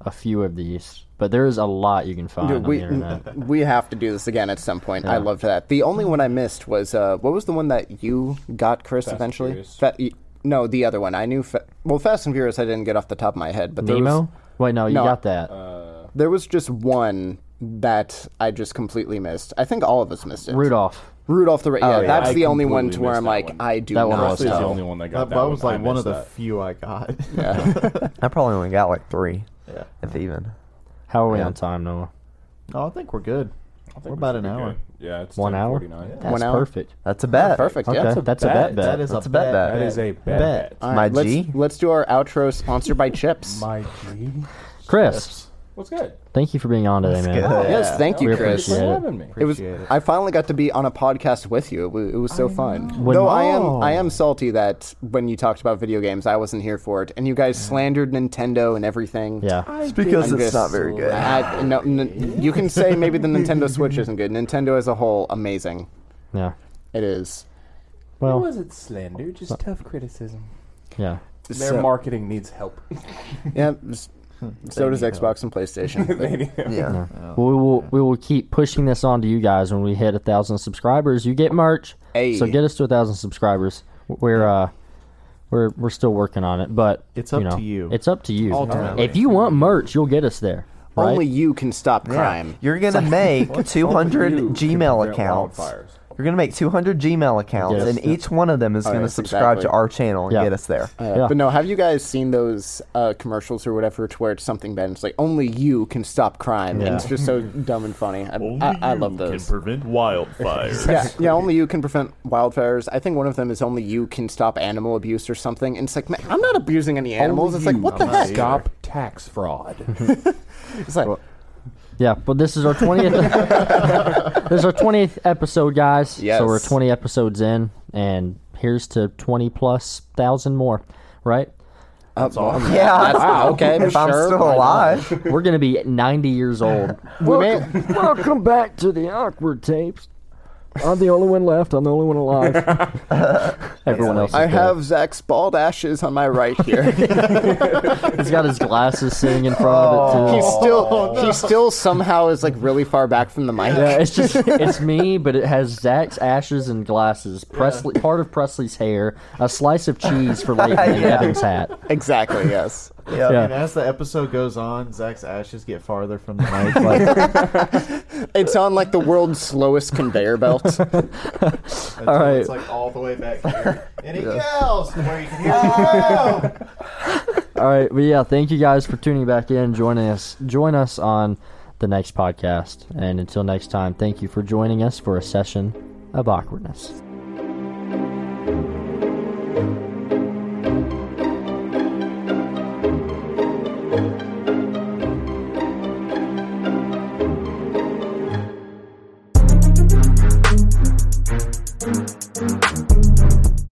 Speaker 1: a few of these, but there is a lot you can find
Speaker 4: Dude,
Speaker 1: on
Speaker 4: we
Speaker 1: the internet.
Speaker 4: we have to do this again at some point. I loved that. The only one I missed was uh, what was the one that you got, Chris?
Speaker 3: Fast and
Speaker 4: eventually,
Speaker 3: Furious.
Speaker 4: Fa- y- no, the other one. I knew. Fa- well, Fast and Furious. I didn't get off the top of my head, but there was-
Speaker 1: Nemo? Wait, no, you
Speaker 4: No,
Speaker 1: got that.
Speaker 3: Uh,
Speaker 4: There was just one that I just completely missed. I think all of us missed it.
Speaker 1: Rudolph.
Speaker 4: Rudolph the Red. yeah,
Speaker 3: yeah,
Speaker 4: that's
Speaker 3: I
Speaker 4: the only one
Speaker 3: completely
Speaker 4: to where
Speaker 3: missed
Speaker 4: I'm
Speaker 3: that
Speaker 4: like,
Speaker 3: one.
Speaker 4: I do
Speaker 1: That one
Speaker 4: not
Speaker 1: was
Speaker 3: Presley's the
Speaker 4: know.
Speaker 3: only one that got
Speaker 2: That,
Speaker 3: that,
Speaker 2: that was
Speaker 3: one. I
Speaker 2: like one of
Speaker 3: missed
Speaker 2: the
Speaker 3: that.
Speaker 2: few I got.
Speaker 5: I probably only got like three,
Speaker 2: yeah.
Speaker 5: if even.
Speaker 1: How are we on time, Noah?
Speaker 2: No, I think we're good.
Speaker 3: I think
Speaker 2: We're
Speaker 3: we
Speaker 2: about
Speaker 3: should
Speaker 2: an
Speaker 3: be
Speaker 2: hour.
Speaker 3: good. Yeah, it's
Speaker 1: One hour?
Speaker 3: 10:49.
Speaker 1: That's
Speaker 4: One hour.
Speaker 1: perfect.
Speaker 5: That's a bet.
Speaker 4: Perfect. Yeah.
Speaker 1: Okay,
Speaker 4: That's a
Speaker 1: that's a
Speaker 3: bet.
Speaker 1: bet bet.
Speaker 2: That is
Speaker 5: That's
Speaker 2: a
Speaker 5: a bet
Speaker 2: bad
Speaker 5: bet.
Speaker 3: That is a bad
Speaker 2: Bet.
Speaker 3: bet.
Speaker 4: All right,
Speaker 5: My
Speaker 4: let's,
Speaker 5: G.
Speaker 4: Let's do our outro sponsored by Chips.
Speaker 3: My G.
Speaker 1: Chris,
Speaker 3: What's good?
Speaker 1: thank you for being on today, man.
Speaker 5: good.
Speaker 4: Yes,
Speaker 2: Yeah.
Speaker 4: thank
Speaker 1: We
Speaker 4: you,
Speaker 1: appreciate
Speaker 4: Chris.
Speaker 3: Thanks for
Speaker 1: it.
Speaker 3: having me.
Speaker 4: It was.
Speaker 2: Appreciate it.
Speaker 4: I finally got to be on a podcast with you. It was, it was so fun.
Speaker 1: When-
Speaker 4: Though I am,
Speaker 2: Oh.
Speaker 4: I am salty that when you talked about video games, I wasn't here for it, and you guys slandered Nintendo and everything.
Speaker 1: Yeah.
Speaker 5: It's because
Speaker 4: I'm
Speaker 5: it's
Speaker 4: just-
Speaker 5: not very good.
Speaker 4: I, no, n- you can say maybe the Nintendo Switch isn't good. Nintendo as a whole, amazing.
Speaker 1: Yeah.
Speaker 4: It is.
Speaker 3: It
Speaker 1: Well,
Speaker 3: wasn't slander, just tough criticism.
Speaker 1: yeah.
Speaker 3: Their
Speaker 4: So-
Speaker 3: marketing needs help.
Speaker 4: Yeah. s- So does Xbox and PlayStation.
Speaker 3: They need-
Speaker 5: Yeah.
Speaker 1: Well, we will we will keep pushing this on to you guys. When we hit a thousand subscribers, you get merch.
Speaker 4: Hey.
Speaker 1: So get us to a thousand subscribers. We're uh, we're we're still working on it, but
Speaker 2: It's up
Speaker 1: know,
Speaker 2: to you.
Speaker 1: It's up to you.
Speaker 2: Ultimately.
Speaker 1: If you want merch, you'll get us there. Right?
Speaker 4: Only you can stop
Speaker 5: Yeah.
Speaker 4: crime.
Speaker 5: You're gonna make 200
Speaker 3: You
Speaker 5: Gmail
Speaker 3: prevent
Speaker 5: accounts.
Speaker 3: wildfires.
Speaker 5: You're gonna make 200 Gmail accounts,
Speaker 1: Yes.
Speaker 5: and each one of them is gonna
Speaker 4: yes,
Speaker 5: subscribe to
Speaker 4: exactly.
Speaker 5: our channel and
Speaker 1: Yeah.
Speaker 5: get us there.
Speaker 4: Yeah,
Speaker 1: Yeah.
Speaker 4: Uh, But no, have you guys seen those uh, commercials or whatever to where it's something bad? And it's like only you can stop crime, and
Speaker 1: Yeah.
Speaker 4: it's just so dumb and funny. I, I, I love those.
Speaker 7: prevent wildfires.
Speaker 4: Yeah, yeah, only you can prevent wildfires. I think one of them is only you can stop animal abuse or something. And it's like, man, I'm not abusing any animals.
Speaker 3: Only
Speaker 4: It's like,
Speaker 3: you
Speaker 4: what the
Speaker 3: can
Speaker 4: heck?
Speaker 3: Stop tax fraud.
Speaker 4: It's like,
Speaker 1: Yeah, but this is our twentieth. this is our twentieth episode, guys.
Speaker 4: Yes.
Speaker 1: So we're twenty episodes in, and here's to twenty plus thousand more. Right?
Speaker 4: that's all.
Speaker 5: Yeah.
Speaker 4: That's,
Speaker 5: Wow.
Speaker 4: Okay.
Speaker 5: if
Speaker 4: sure.
Speaker 5: I'm still
Speaker 4: why not?
Speaker 5: alive,
Speaker 1: We're gonna be ninety years old.
Speaker 4: We may-
Speaker 1: Welcome back to the awkward tapes. I'm the only one left. I'm the only one alive. Everyone else. Is
Speaker 4: I
Speaker 1: dead.
Speaker 4: have Zach's bald ashes on my right here.
Speaker 1: He's got his glasses sitting in front of it too.
Speaker 4: He still he still somehow is like really far back from the mic.
Speaker 1: yeah, it's just it's me, but it has Zach's ashes and glasses, Presley, part of Presley's hair, a slice of cheese for Leighton and Evan's hat.
Speaker 4: Exactly, yes.
Speaker 1: Yeah.
Speaker 2: And as the episode goes on, Zach's ashes get farther from the mic. Like,
Speaker 4: It's on like the world's slowest conveyor belt.
Speaker 2: until
Speaker 1: right.
Speaker 2: It's like all the way back here. And he yells where you can hear him yell.
Speaker 1: All right, but yeah, thank you guys for tuning back in, joining us, join us on the next podcast, and until next time, thank you for joining us for a session of awkwardness.